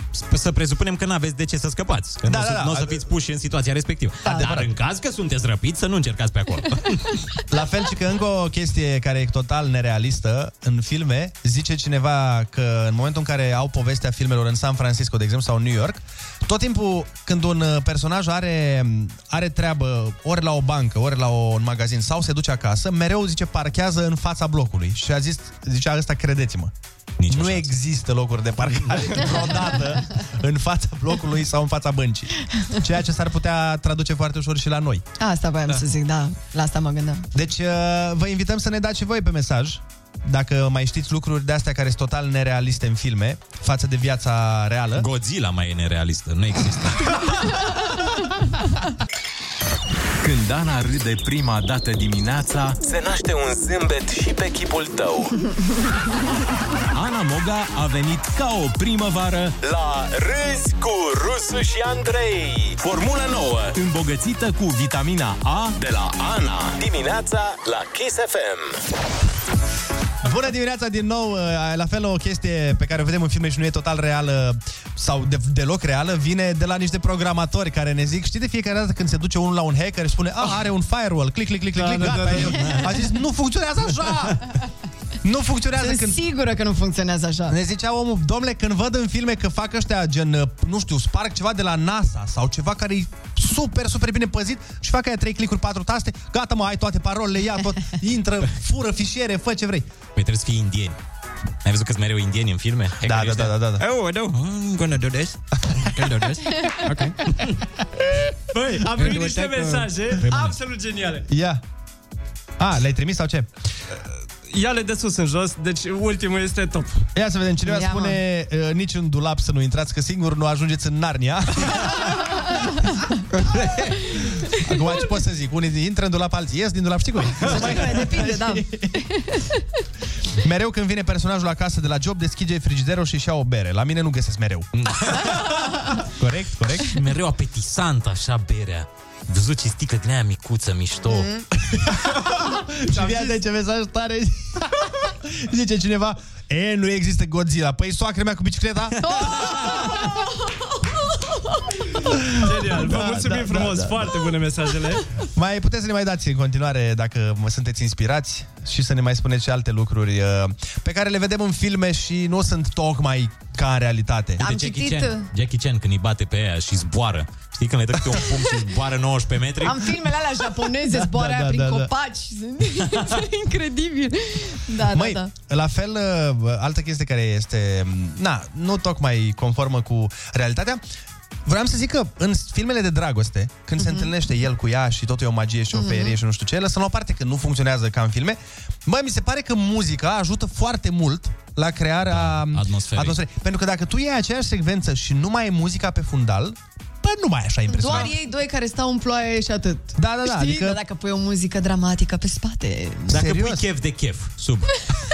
S6: sp- să presupunem că nu aveți de ce să scăpați. Că
S5: Da,
S6: nu, o să-
S5: da, da.
S6: nu o să fiți puși în situația respectivă. Da, Dar în caz că sunteți răpiți, să nu încercați pe acolo.
S5: La fel și că încă o chestie care e total nerealistă în filme, zice cineva că în momentul în care au povestea filmelor în San Francisco, de exemplu, sau în New York, tot timpul când un uh, personaj are, are treabă ori la o bancă, ori la o, un magazin, sau se duce acasă, mereu, zice, parchează în fața blocului. Și a zis, zicea ăsta, credeți-mă,
S6: Nici
S5: nu există locuri de parcare vreodată în fața blocului sau în fața băncii. Ceea ce s-ar putea traduce foarte ușor și la noi.
S7: Asta voiam
S5: Da.
S7: să zic, da. La asta mă gândeam.
S5: Deci uh, vă invităm să ne dați și voi pe mesaj dacă mai știți lucruri de astea care sunt total nerealiste în filme față de viața reală.
S6: Godzilla mai e nerealistă, nu există.
S12: Când Ana râde prima dată dimineața,
S9: Se naște un zâmbet și pe chipul tău.
S12: Ana Moga a venit ca o primăvară
S9: La Râzi cu Rusu și Andrei. Formulă nouă
S12: îmbogățită cu vitamina A
S9: de la Ana. Dimineața la Kiss FM.
S5: Bună dimineața din nou! Uh, La fel o chestie pe care o vedem în filme și nu e total reală sau de, deloc reală vine de la niște programatori care ne zic știi de fiecare dată când se duce unul la un hacker și spune ah, are un firewall, click, click, click, click,
S7: da,
S5: click gata,
S7: da,
S5: e-
S7: da.
S5: a zis nu funcționează
S7: [LAUGHS]
S5: așa! Nu funcționează
S7: Sunt
S5: Da, când...
S7: sigură că nu funcționează așa.
S5: Ne zicea omul, domnule, când văd în filme că fac ăștia gen, uh, nu știu, sparg ceva de la NASA sau ceva care e super, super bine păzit și fac aia trei clicuri, patru taste, gata mă, ai toate parolele, ia [LAUGHS] tot, intră, fură fișiere, fă ce vrei.
S6: Păi trebuie să fii indieni. Ai văzut că sunt mereu indieni în filme? Da, da,
S5: da,
S6: da,
S5: da.
S6: Oh, no, I'm gonna do this. I'm gonna [LAUGHS] do this. Okay.
S8: Băi, am primit niște mesaje absolut geniale.
S5: Ia. A, le-ai trimis sau ce?
S8: Ia le de sus în jos, deci ultimul este top.
S5: Ia să vedem, cineva
S8: Ia,
S5: Ia, spune uh, nici în dulap să nu intrați, că singur nu ajungeți în Narnia. [LAUGHS] Acum ce pot să zic? Unii intră în dulap, alții ies din dulap, [LAUGHS] știi cum e? Se mai-
S7: Depinde, da.
S5: Mereu când vine personajul acasă de la job, deschide frigiderul și-și ia o bere. La mine nu găsesc mereu.
S8: Mm. [LAUGHS]
S5: corect, corect.
S6: Mereu apetisant așa berea. Văzut ce sticlă din aia micuță, mișto. Mm.
S5: și vine de ce mesaj tare. [LAUGHS] Zice cineva, e, nu există Godzilla. Păi soacră mea cu bicicleta?
S8: [LAUGHS] Genial,
S5: Da,
S8: vă mulțumim frumos, foarte bune mesajele.
S5: Mai puteți să ne mai dați în continuare dacă mă sunteți inspirați și să ne mai spuneți și alte lucruri uh, pe care le vedem în filme și nu sunt tocmai ca în realitate.
S6: Uite, Jackie
S5: uh.
S6: Chan, Jackie Chan când îi bate pe aia și zboară. Știi când le dă câte un pumn și zboară 19 metri?
S7: Am filmele alea japoneze, zboară
S5: [LAUGHS] da,
S7: aia
S5: da,
S7: prin
S5: da.
S7: copaci. Sunt [LAUGHS] incredibil. Da,
S5: Măi,
S7: da, da.
S5: la fel, uh, altă chestie care este, m, na, nu tocmai conformă cu realitatea, Vreau să zic că în filmele de dragoste, când mm-hmm. se întâlnește el cu ea și totul e o magie și o
S7: Mhm.
S5: ferie și nu știu ce, lăsăm la o parte că nu funcționează ca în filme, bă, mi se pare că muzica ajută foarte mult la crearea da, atmosferei. Pentru că dacă tu iei aceeași secvență și nu mai e muzica pe fundal, bă, nu mai e așa impresionant.
S7: Doar ei doi care stau în ploaie și atât.
S5: Da, da, da,
S7: Știi?
S5: adică-
S7: Dar dacă pui o muzică dramatică pe spate...
S6: Dacă pui chef de chef sub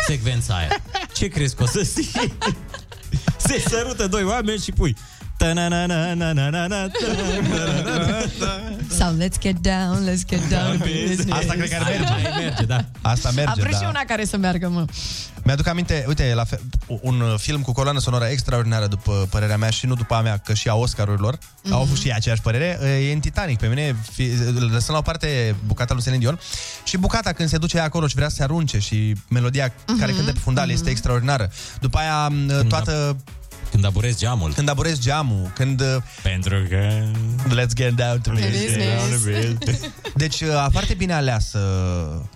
S6: secvența aia, ce crezi că o să zici? Se sărută doi oameni și pui. Ta-na-na-na-na-na-na-na,
S5: Da.
S6: ta-na-na-na-na.
S7: Sau let's get down, let's get down.
S5: Asta cred că ar merge.
S6: Aia merge, da.
S5: Da, Asta merge,
S7: Am
S5: da.
S7: și una care să meargă, mă.
S5: Mi-aduc aminte, uite, la fe- un uh, film cu coloană sonoră extraordinară, după părerea mea, și nu după a mea, că și a Oscarurilor, mm-hmm. au avut și ei aceeași părere, uh, e în Titanic. Pe mine, fi, lăsăm la o parte bucata lui Celine Dion și bucata când se duce ea acolo și vrea să se arunce și melodia mm-hmm. care cântă pe fundal mm-hmm. este extraordinară. După aia, uh, toată...
S6: Când aburezi geamul.
S5: Când aburezi geamul, când... uh,
S6: Pentru că...
S5: Let's get down to business. Deci, uh, a foarte bine aleasă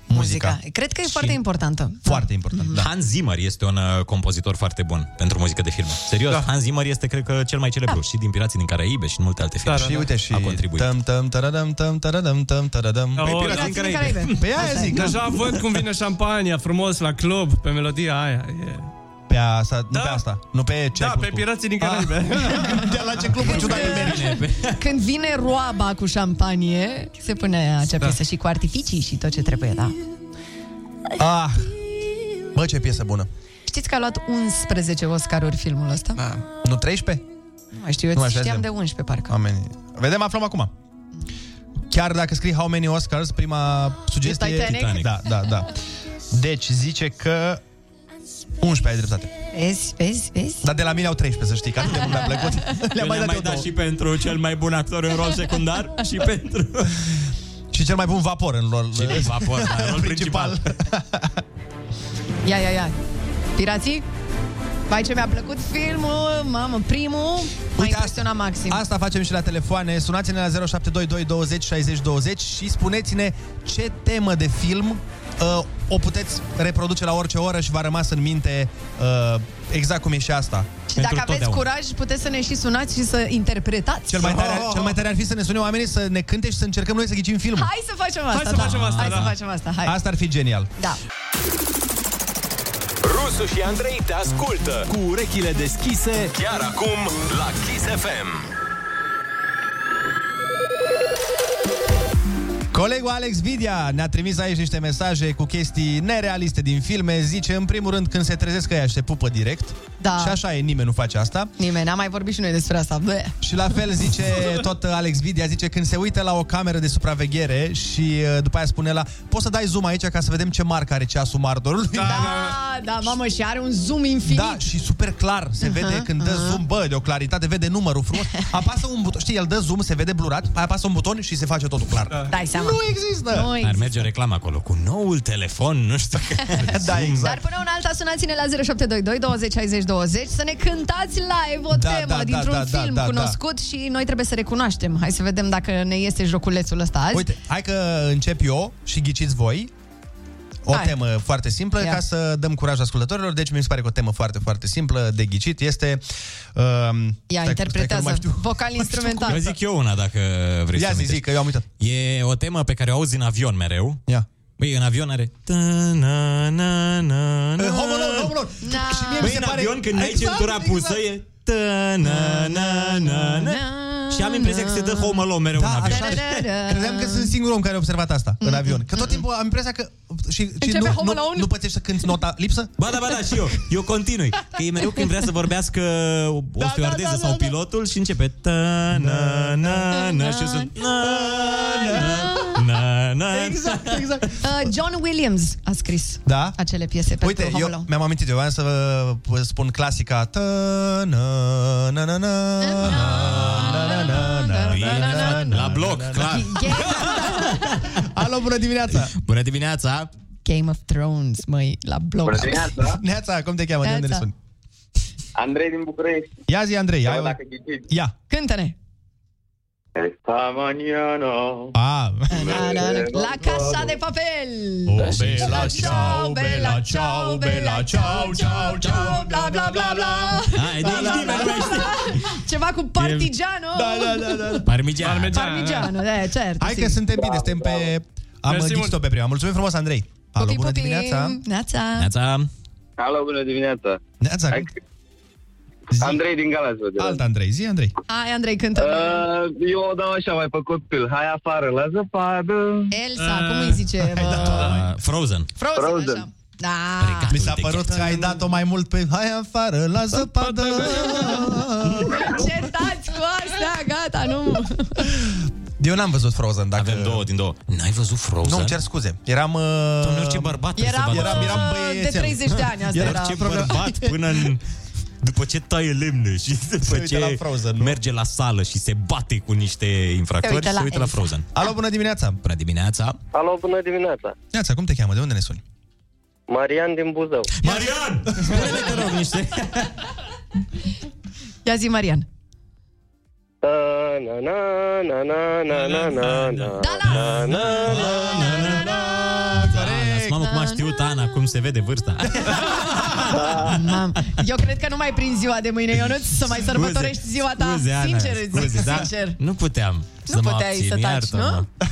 S5: muzica. muzica.
S7: Cred că e foarte importantă.
S5: Foarte important.
S6: Da. Hans Zimmer este un uh, compozitor foarte bun pentru muzică de filme. Serios, da. Hans Zimmer este, cred că, cel mai celebru da. și din Pirații din Caraibe și în multe alte filme.
S5: Da, da, Și da. uite, și
S6: a contribuit.
S5: Tam, tam, taradam, tam, taradam, tam, taradam.
S8: Păi,
S5: Păi aia zic. da.
S8: Deja văd cum vine șampania frumos la club pe melodia aia. E...
S5: Pe asta, da. nu pe asta, nu pe ce
S8: Da, pe
S5: Ah.
S8: pirații din
S5: [LAUGHS]
S8: Caraibe.
S5: De la ce club ciudat
S7: Când vine roaba cu șampanie, se pune acea
S5: Da.
S7: piesă și cu artificii și tot ce trebuie, da.
S5: Ah, bă, ce piesă bună.
S7: Știți că a luat 11 Oscaruri filmul ăsta? Da.
S5: Nu 13?
S7: Nu mai știu, eu
S5: Nu, așa
S7: știam
S5: zicem.
S7: de 11 parcă.
S5: Oamenii. Vedem, aflăm acum. Chiar dacă scrii How many Oscars, prima sugestie...
S7: Titanic. Titanic.
S5: Da, da, da. Deci zice că 11 ai dreptate.
S7: Vezi, vezi, vezi?
S5: Dar de la mine au 13, să știi, că atât de mult mi-a
S6: [LAUGHS]
S5: plăcut.
S6: Le-am mai, dat, și pentru cel mai bun actor în rol secundar și pentru...
S5: Și cel mai bun vapor în rol.
S6: Și din vapor,
S5: [LAUGHS]
S6: da, în rol principal.
S7: Ia, ia, ia. Pirații? Vai ce mi-a plăcut filmul, mamă, primul, m-a impresionat maxim.
S5: Asta facem și la telefoane. Sunați-ne la 0722 20 60 20 și spuneți-ne ce temă de film uh, o puteți reproduce la orice oră și va rămas în minte uh, exact cum e și asta.
S7: și dacă aveți curaj, puteți să ne și sunați și să interpretați.
S5: Cel mai, tare ar, cel mai tare ar fi să ne sune oamenii să ne cânte și să încercăm noi să ghicim filmul.
S7: Hai să facem asta, da. Hai să facem asta, hai.
S5: Asta ar fi genial.
S7: Da.
S20: Rusu și Andrei te ascultă cu urechile deschise chiar acum la Kiss FM.
S5: Colegul Alex Vidia ne-a trimis aici niște mesaje cu chestii nerealiste din filme. Zice, în primul rând, când se trezesc ăia și se pupă direct.
S7: Da.
S5: Și așa e, nimeni nu face asta.
S7: Nimeni, n-am mai vorbit și noi despre asta. Bă.
S5: Și la fel zice tot Alex Vidia, zice când se uită la o cameră de supraveghere și uh, după aia spune la poți să dai zoom aici ca să vedem ce marcă are ceasul martorului.
S7: Da, da, mamă, și are un zoom infinit.
S5: Da, și super clar se
S7: Aha,
S5: vede când dă zoom, bă, de o claritate, vede numărul [LAUGHS] frumos. Apasă un buton, știi, el dă zoom, se vede blurat, apoi apasă un buton și se face totul clar.
S7: Dai seama.
S5: Nu există.
S7: Nu
S6: Ar
S7: există.
S6: merge o reclamă acolo cu noul telefon, nu știu.
S5: da,
S7: Dar până una alta sunați-ne la 0722 20 60 20 să ne cântați live o
S5: Da,
S7: temă
S5: da, da,
S7: dintr-un
S5: da, da,
S7: film
S5: da, da.
S7: cunoscut și noi trebuie să recunoaștem. Hai să vedem dacă ne iese joculețul ăsta azi.
S5: Uite, hai că încep eu și ghiciți voi. O
S7: Hai.
S5: temă foarte simplă,
S7: Ia.
S5: ca să dăm curaj ascultătorilor. Deci mi se pare că o temă foarte, foarte simplă de ghicit este... Um, stai- stai că nu
S7: Ia,
S5: mai
S7: interpretează.
S5: știu.
S7: Vocal
S6: Eu
S7: instrumental.
S6: zic eu una dacă vrei
S5: Ia
S6: să
S5: zi, zi, că eu am uitat.
S6: E o temă pe care o auzi în avion mereu.
S5: Ia.
S6: Băi, în avion are...
S5: Eh, Home Alone, Home Alone.
S22: Ah.
S5: Și mie mi
S6: Băi,
S5: se
S6: Păi, în
S5: pare-
S6: avion când ai
S5: Exact,
S6: centura pusă
S5: exact.
S6: e... Și am impresia că se dă Home Alone mereu
S5: Da,
S6: în avion.
S5: așa. Credeam că sunt singurul om care a observat asta în avion. Că tot timpul am impresia că... Și, și
S6: Începe
S5: nu,
S6: Home
S5: nu,
S6: Alone?
S5: nu pățești să cânti nota lipsă?
S6: Ba da, ba da, și eu. Eu continui. Că e mereu când vrea să vorbească o da, stewardeză da, da, sau pilotul și începe... Ta, na, na, na, și eu sunt... Na, na, na, na.
S5: Exact, exact.
S7: Uh, John Williams a scris
S5: Da?
S7: acele piese pentru
S5: Uite,
S7: Home
S5: eu [LAUGHS]
S7: Alone.
S5: mi-am amintit, eu voiam să vă- vă spun clasica Ta, na, na, na, na, na, na, na, na, na, na, na, na, na.
S6: La bloc, clar.
S5: Alo, bună dimineața!
S6: Bună dimineața!
S7: Game of Thrones, măi, la blog.
S5: Bună dimineața! Neața, cum te cheamă? De unde ne
S7: Neața.
S5: suni?
S19: Andrei din București.
S5: Ia zi, Andrei,
S19: Sau
S5: ai o-
S19: dacă ghiciți.
S5: Ia!
S7: Cântă-ne!
S19: Esta mañana.
S5: Ah.
S22: Da,
S7: Na, na, na. La Casa de Papel!
S10: bella ciao, bella
S5: ciao,
S10: bella ciao, ciao, ciao, bla bla bla bla.
S6: Hai, deci nimeni nu mai
S7: Ceva cu partigiano!
S5: Da,
S6: Da, Parmigiano.
S7: Parmigiano, da, certo.
S5: Hai
S7: sì.
S5: că suntem bine, suntem pe... Am
S6: Mersi
S5: ghicit-o pe prima. Mulțumim frumos, Andrei! Alo, bună
S7: Pupi,
S5: dimineața!
S7: Neața!
S6: Neața!
S19: Alo, bună dimineața.
S5: Neața!
S19: Andrei din Galați, vă
S5: Alt Andrei, zi Andrei.
S7: Ai, Andrei, cântă.
S19: Uh, eu o dau așa, mai pe copil. Hai afară, la zăpadă.
S7: Elsa, cum îi zice?
S5: da,
S7: Bă...
S6: Uh, Frozen.
S7: Frozen, așa. Da.
S5: Mi s-a părut că ai dat-o mai mult pe hai afară la zăpadă.
S7: Încetați cu astea, gata, nu.
S5: Eu n-am văzut Frozen, dacă...
S6: Avem două din două. N-ai văzut Frozen?
S5: Nu, îmi cer scuze. Eram... Uh... Doamne,
S6: orice bărbat
S7: Eram, eram, eram de 30 de ani, asta
S6: Iar
S7: era.
S6: ce bărbat până în... După ce taie lemne
S5: [LAUGHS]
S6: și după
S5: uită
S6: ce
S5: la Frozen, nu?
S6: merge la sală și se bate cu niște infractori,
S5: Se
S6: se
S5: uită
S6: uită,
S5: la
S6: la
S5: Elsa.
S6: Frozen.
S5: Alo, bună dimineața!
S6: Bună dimineața!
S19: Alo, bună dimineața.
S5: Neața, cum te cheamă? De unde ne suni?
S19: Marian din Buzău.
S6: Marian! Spune-ne, te rog, niște...
S7: Ia zi, Marian.
S19: Na
S15: Uh,
S19: na na na na na na na.
S7: Da,
S6: Corect! Mamă, Da, cum a știut Ana, cum se vede
S7: [LAUGHS]
S6: vârsta.
S7: Mam. Eu cred că nu mai prin ziua de mâine, Ionuț, să mai
S6: Scuze,
S7: sărbătorești ziua ta.
S6: scuze, Ana,
S7: sincer, îți zic,
S6: scuze, da?
S7: sincer.
S6: Nu puteam să
S7: Nu
S6: mă
S7: puteai
S6: abțin,
S7: să taci,
S6: iartă-mă. [LAUGHS]
S7: nu?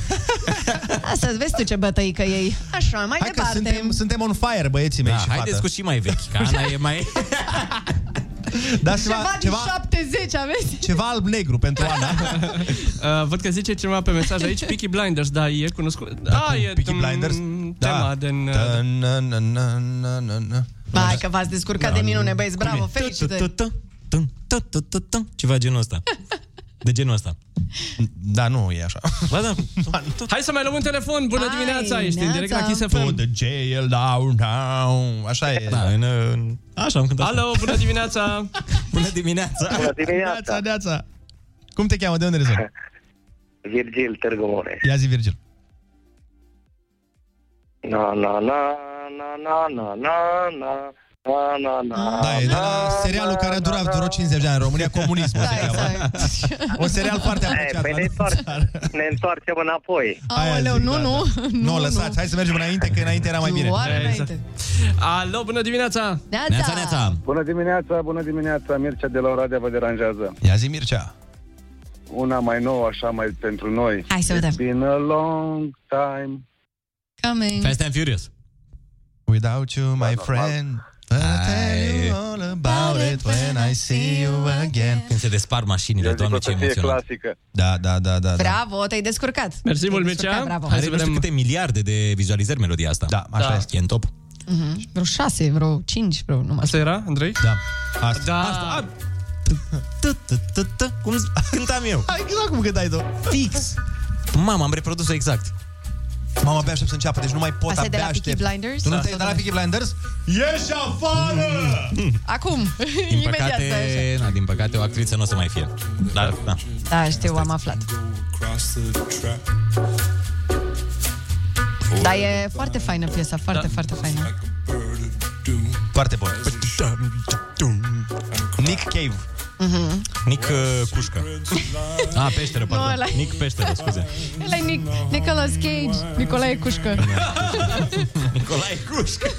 S7: Asta vezi tu ce bătăică ei. Așa, mai
S5: Hai că
S7: departe.
S5: suntem, suntem on fire, băieții mei
S6: Da,
S5: și
S6: haideți
S5: fată.
S6: cu și mai vechi, că Ana e mai...
S5: Da,
S7: Ceva,
S5: ceva,
S7: din
S5: ceva,
S7: 70 aveți?
S5: ceva alb-negru pentru Ana.
S8: Uh, văd că zice ceva pe mesaj aici, Peaky Blinders, da, e cunoscut. Da,
S5: cu
S8: e
S5: Peaky
S8: tum-
S5: Blinders?
S8: Tema
S5: Da.
S8: din... uh,
S5: Da, na, na, na, na, na, na.
S7: Vai că v-ați descurcat de minune, băieți,
S6: Da, Cum
S7: bravo,
S6: e?
S7: felicitări.
S6: Tu-tu-tu-tu, tu-tu-tu-tu, Ceva genul
S7: [LAUGHS]
S6: ăsta. De genul ăsta.
S5: Da, nu e așa.
S6: Ba da.
S8: Hai să mai luăm un telefon, bună
S7: Hai,
S8: dimineața, ești în
S7: neața.
S8: direct la Kiss
S5: To
S8: FM.
S5: the jail downtown. Așa e.
S6: Da, în, în... Așa am cântat.
S8: Alo, bună dimineața!
S6: [LAUGHS] Bună dimineața!
S19: Bună
S5: Neața,
S19: dimineața.
S5: neața. Cum te cheamă? De unde ne suni?
S19: Virgil Târgu Mureș.
S5: Ia zi, Virgil.
S19: Na na na na na na na na. Na, na, na.
S5: Da, e de la serialul care a durat vreo 50 de ani în România, comunismul
S7: Da,
S5: se cheamă.
S7: exact.
S5: [LAUGHS] Un serial foarte apreciat.
S19: Păi ne
S5: la noi.
S19: întoarcem, ne întoarcem înapoi.
S5: Aia
S7: Aoleu,
S5: zic,
S7: nu,
S5: da,
S7: nu,
S5: da.
S7: nu,
S5: Nu, lăsați, hai să mergem înainte, că înainte era mai bine.
S7: Doar
S8: Exact.
S7: înainte.
S8: Alo, bună dimineața!
S6: Neața,
S7: Neața.
S6: neața!
S11: Bună dimineața, bună dimineața, Mircea de la Oradea vă deranjează.
S5: Ia zi, Mircea.
S11: Una mai nouă, așa mai pentru noi.
S7: Hai să vedem.
S11: It's been a long time.
S7: Coming.
S6: Fast and Furious.
S5: Without you, my friend, I'll tell you all about it when I see you again.
S6: Când se despar mașinile,
S11: Eu zic
S6: doamne,
S11: o
S6: ce
S11: să fie
S6: emoționant.
S11: clasică.
S5: Da, da, da, da. da.
S7: Bravo, te-ai descurcat.
S8: Mersi
S7: Te-ai
S8: mult,
S7: descurcat,
S8: Mircea.
S7: Bravo.
S8: Hai
S6: Are
S8: să
S6: nu știu
S8: vedem.
S6: câte miliarde de vizualizări melodia asta.
S5: Da, așa
S8: Da.
S5: este.
S6: E în top.
S7: Mhm. Vreo șase, vreo cinci, vreo numai.
S8: Asta era, Andrei?
S5: Da. Asta.
S8: Da.
S6: Tu, tu, tu, tu, Cum z- cântam eu.
S5: Hai, Exact cum cântai tu.
S6: Fix. Mamă, am reprodus-o exact.
S5: Mamă, abia aștept să înceapă, deci nu mai pot,
S7: Asta e de
S5: abia
S7: la Peaky
S5: aștept.
S7: Blinders?
S5: Tu nu
S7: Da.
S5: te de la Peaky Blinders? Ieși afară!
S7: [LAUGHS] Acum,
S6: Din
S7: imediat. stai așa.
S6: păcate, na, din păcate, o actriță nu o să mai fie. Dar, da.
S7: Da, știu, am aflat. Dar e foarte faină piesa, foarte, da. foarte faină.
S5: Foarte bun. Nick Cave.
S7: Mhm.
S6: Nick uh, Cușcă.
S5: [LAUGHS]
S6: A, peșteră,
S7: Nu,
S6: pardon.
S7: ăla e.
S6: Nick Peșteră, scuze.
S7: El e Nic- Nicolas Cage, Nicolae Cușcă
S6: Nicolae Cușcă.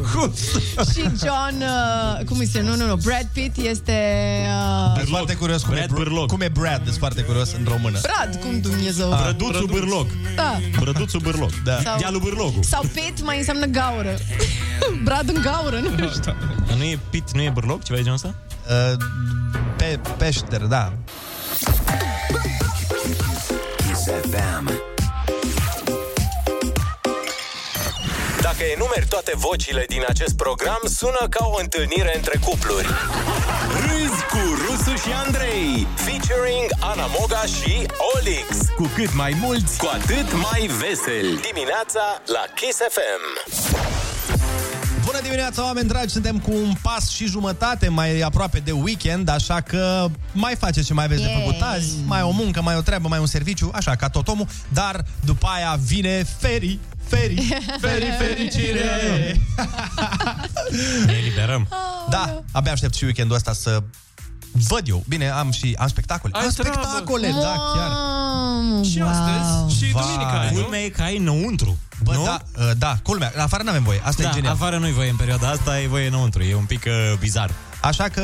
S6: Cușcă.
S7: și John, uh, cum îi se nu, nu, nu, Brad Pitt este uh,
S5: Sunt Deci foarte curios cum,
S6: Brad
S5: e, Br-
S6: Bârloc.
S5: cum e Brad, sunt foarte curios în română.
S7: Brad, cum Dumnezeu.
S6: Brăduțul Bârloc.
S7: Da.
S6: Brăduțul Bârloc.
S5: Da.
S7: Sau-
S6: Dealul Bârlocul.
S7: Sau Pitt mai înseamnă gaură. [LAUGHS] Brad în gaură, nu știu.
S6: Dar Nu e pit, nu e Bârloc, ceva de genul ăsta?
S5: Uh, pe, peșter, da.
S20: Dacă
S9: Dacă enumeri toate vocile din acest program, sună ca o întâlnire între cupluri. Râzi cu Rusu și Andrei, featuring Ana Moga și Olix.
S23: Cu cât mai mulți,
S9: cu atât mai veseli. Dimineața la Kiss FM.
S5: Bună dimineața, oameni dragi! Suntem cu un pas și jumătate mai aproape de weekend, așa că mai faceți ce mai aveți de
S10: Yay!
S5: făcut azi, mai o muncă, mai o treabă, mai un serviciu, așa, ca tot omul, dar după aia vine Feri, Feri, Feri,
S6: [LAUGHS]
S5: fericire! Ne eliberăm! Da, abia aștept și weekendul ăsta să văd eu. Bine, am și am spectacole.
S6: Ai
S5: am
S6: treabă!
S5: spectacole, da, chiar.
S7: Și astăzi
S6: și duminica ai, nu? Culmea e că ai înăuntru.
S5: Bă,
S6: nu?
S5: da, uh, da, culmea, afară n-avem voie, asta
S6: da,
S5: e genial.
S6: afară nu-i voie în perioada asta, e voie înăuntru. E un pic uh, bizar.
S5: Așa că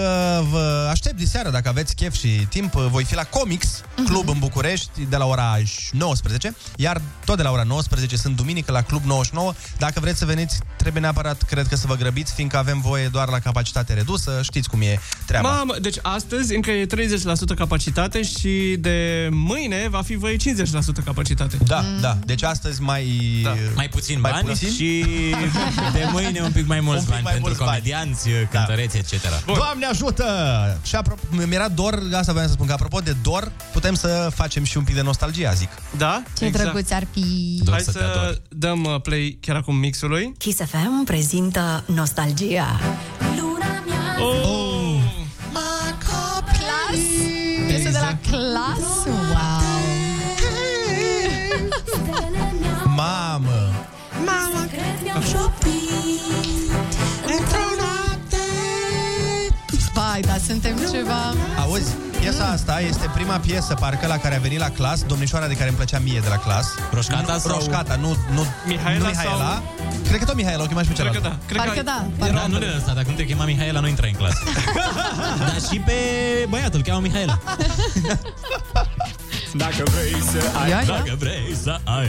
S5: vă aștept diseară, dacă aveți chef și timp, voi fi la Comics
S10: Mhm.
S5: Club în București de la ora 19, iar tot de la ora 19 sunt duminică la Club 99. Dacă vreți să veniți, trebuie neapărat, cred că să vă grăbiți, fiindcă avem voie doar la capacitate redusă, știți cum e treaba.
S8: Mamă, deci astăzi încă e 30% capacitate și de mâine va fi voi 50% capacitate.
S5: Da,
S7: Mm.
S5: da. Deci astăzi mai... Da.
S6: Mai puțin mai bani puțin? și de mâine un pic mai mulți
S5: Un pic
S6: bani
S5: mai
S6: pentru
S5: mulți bani. Da.
S6: comedianți, cântăreți, etc.
S5: Bun. Doamne ajută! Și apropo, mi-era dor, asta voiam să spun, că apropo de dor, putem să facem și un pic de nostalgie, zic.
S8: Da?
S10: Ce exact. drăguț ar fi.
S8: Hai să, dăm uh, play chiar acum mixului.
S10: Kiss FM prezintă Nostalgia.
S8: Oh!
S7: Clas? Piesă de la clas? Wow!
S5: Mamă!
S22: Mama, cred mi-am șopit Într-o noapte
S7: Vai, dar suntem ceva...
S5: Auzi, piesa asta este prima piesă, parcă, la care a venit la clas, domnișoara de care îmi plăcea mie de la clas.
S6: Roșcata
S5: nu,
S6: sau-
S5: Roșcata, nu, nu,
S6: Mihaela
S5: nu Mihaela.
S6: sau-
S5: Cred că tot Mihaela o chema și pe
S6: Cred
S5: cealaltă.
S6: că da. Cred
S7: Parcă da.
S6: Era da, nu de asta, dacă nu te chema Mihaela, nu intra în clasă.
S5: Da.
S6: Dar și pe băiatul, îl cheamă Mihaela. Dacă vrei să
S22: Ia, ia.
S6: dacă vrei să ai.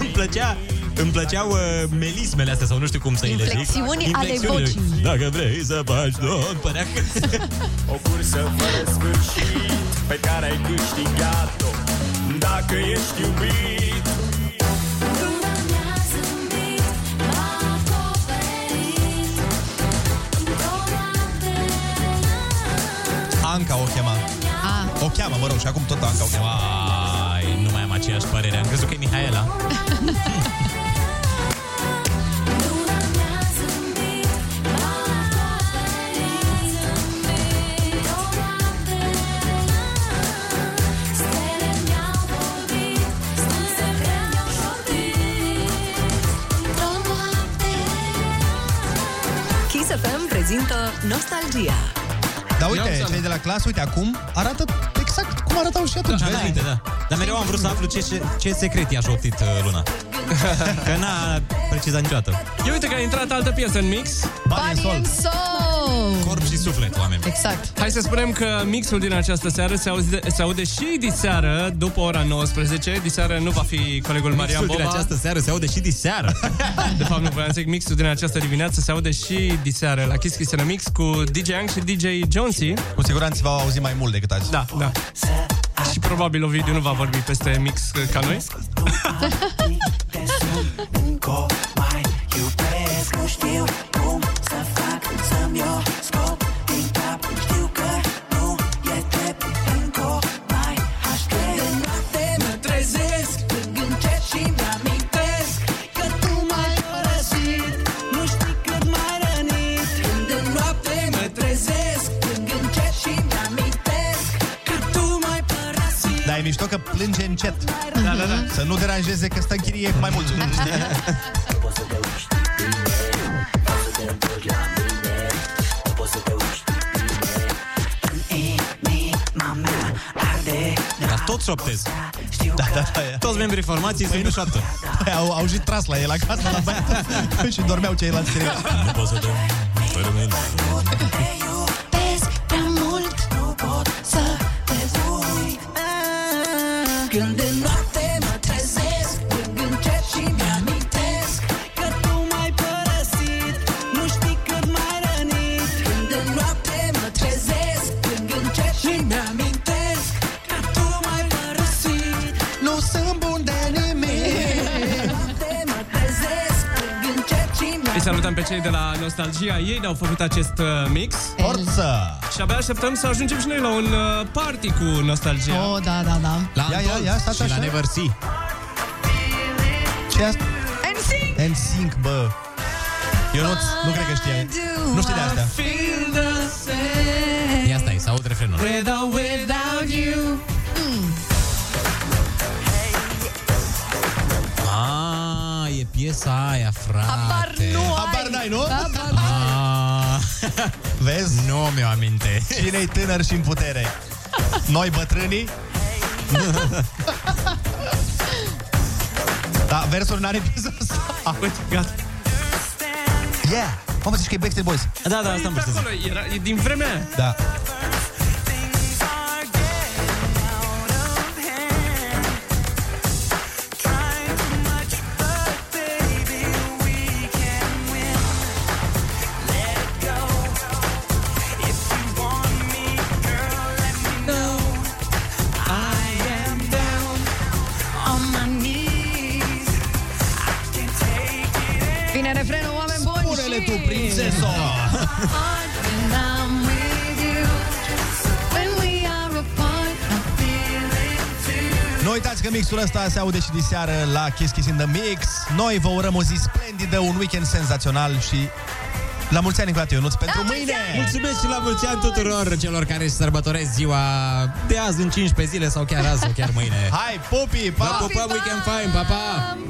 S6: Îmi plăcea, îmi plăceau uh, melismele astea, sau nu știu cum să îi le zic.
S22: Inflexiuni ale
S6: Inflexiunile.
S22: vocii.
S6: Dacă vrei să faci domn, părea că...
S24: O cursă fără sfârșit Pe care ai câștigat-o Dacă ești iubit
S5: Anca o chema. O cheamă, mă rog, și acum tot Anca o cheamă.
S6: Ai, nu mai am aceeași părere. Am crezut că e Mihaela.
S10: Kiss FM prezintă Nostalgia.
S5: Dar uite, cei de la clas, uite, acum arată exact cum arătau și atunci.
S6: Da,
S5: vezi?
S6: înainte, da. Dar mereu am vrut să aflu ce, ce, ce secret i-a șoptit uh, Luna. Că n-a precizat niciodată.
S8: Ia uite că a intrat altă piesă în mix.
S7: Bani în sol!
S6: Corp și suflet, oameni.
S7: Exact.
S8: Hai să spunem că mixul din această seară se aude, se aude și diseară, după ora 19. Diseară nu va fi colegul Marian
S6: Mixul
S8: Boba.
S6: din această seară se aude și diseară.
S8: De fapt, nu voiam să zic mixul din această dimineață se aude și diseară la Kiss Kiss în Mix cu DJ Ang și DJ Jonesy.
S5: Cu siguranță v-au auzit mai mult decât azi.
S8: Da, da. Și probabil Ovidiu nu va vorbi peste mix uh, ca noi.
S5: Dar e mișto că plânge încet.
S22: Da, da, da.
S5: Să nu deranjeze că stă în chirie cu mai
S6: [LAUGHS]
S5: mulți.
S6: Da, Dar Păi tot șoptez.
S5: Da, da, da. e.
S6: Toți membrii formației sunt pe șoaptă.
S5: Au, au și tras la el acasă, la băiat.
S6: [LAUGHS]
S5: și dormeau ceilalți trei.
S6: Nu pot să dorm fără mine.
S22: Când de noapte mă trezesc Plâng încet și mi-amintesc Că tu m-ai părăsit Nu știi cât m-ai rănit Când de noapte mă trezesc Plâng încet și mi-amintesc Că tu m-ai părăsit Nu sunt bun de nimic Când de noapte mă trezesc Plâng încet și
S8: salutăm pe cei de la Nostalgia. Ei ne-au făcut acest uh, mix.
S5: Forță!
S8: Și abia așteptăm să ajungem și noi la un uh, party cu Nostalgia.
S7: Oh, da, da, da.
S8: La ia, ia, ia,
S5: stați și la așa. Never
S6: See.
S5: Ce asta?
S7: NSYNC!
S5: NSYNC, bă! Eu nu, nu cred că
S22: ¿eh?
S5: știai. Nu știi de astea.
S6: Ia stai, să aud refrenul.
S10: With or without you
S6: A, e piesa aia, frate.
S10: Habar nu ai. Da,
S5: Habar n-ai, nu?
S10: Habar
S6: A,
S5: Ah. [LAUGHS] Vezi?
S6: Nu mi-o aminte.
S5: Cine-i tânăr și în putere? Noi
S6: [LAUGHS]
S5: bătrânii? da, versul n-are [LAUGHS] pe jos.
S8: Uite, gata.
S5: Yeah! Mamă, zici că e Backstreet Boys. Păi,
S6: Da, da, asta
S8: am văzut. Acolo, era, e din vremea aia.
S5: Da.
S7: Vine refrenul, oameni buni
S5: Spune-le
S7: și...
S5: tu,
S7: [LAUGHS]
S5: prințeso! Nu uitați că mixul ăsta se aude și diseară la Kiss Kiss in the Mix. Noi vă urăm o zi splendidă, un weekend senzațional și la mulți ani, Nicolae Ionuț, pentru mâine!
S6: Mulțumesc și la mulți ani tuturor celor care își sărbătoresc ziua de azi în 15 zile sau chiar azi sau chiar mâine.
S5: Hai, pupi, pa!
S6: Vă pupăm, weekend fine, pa, pa!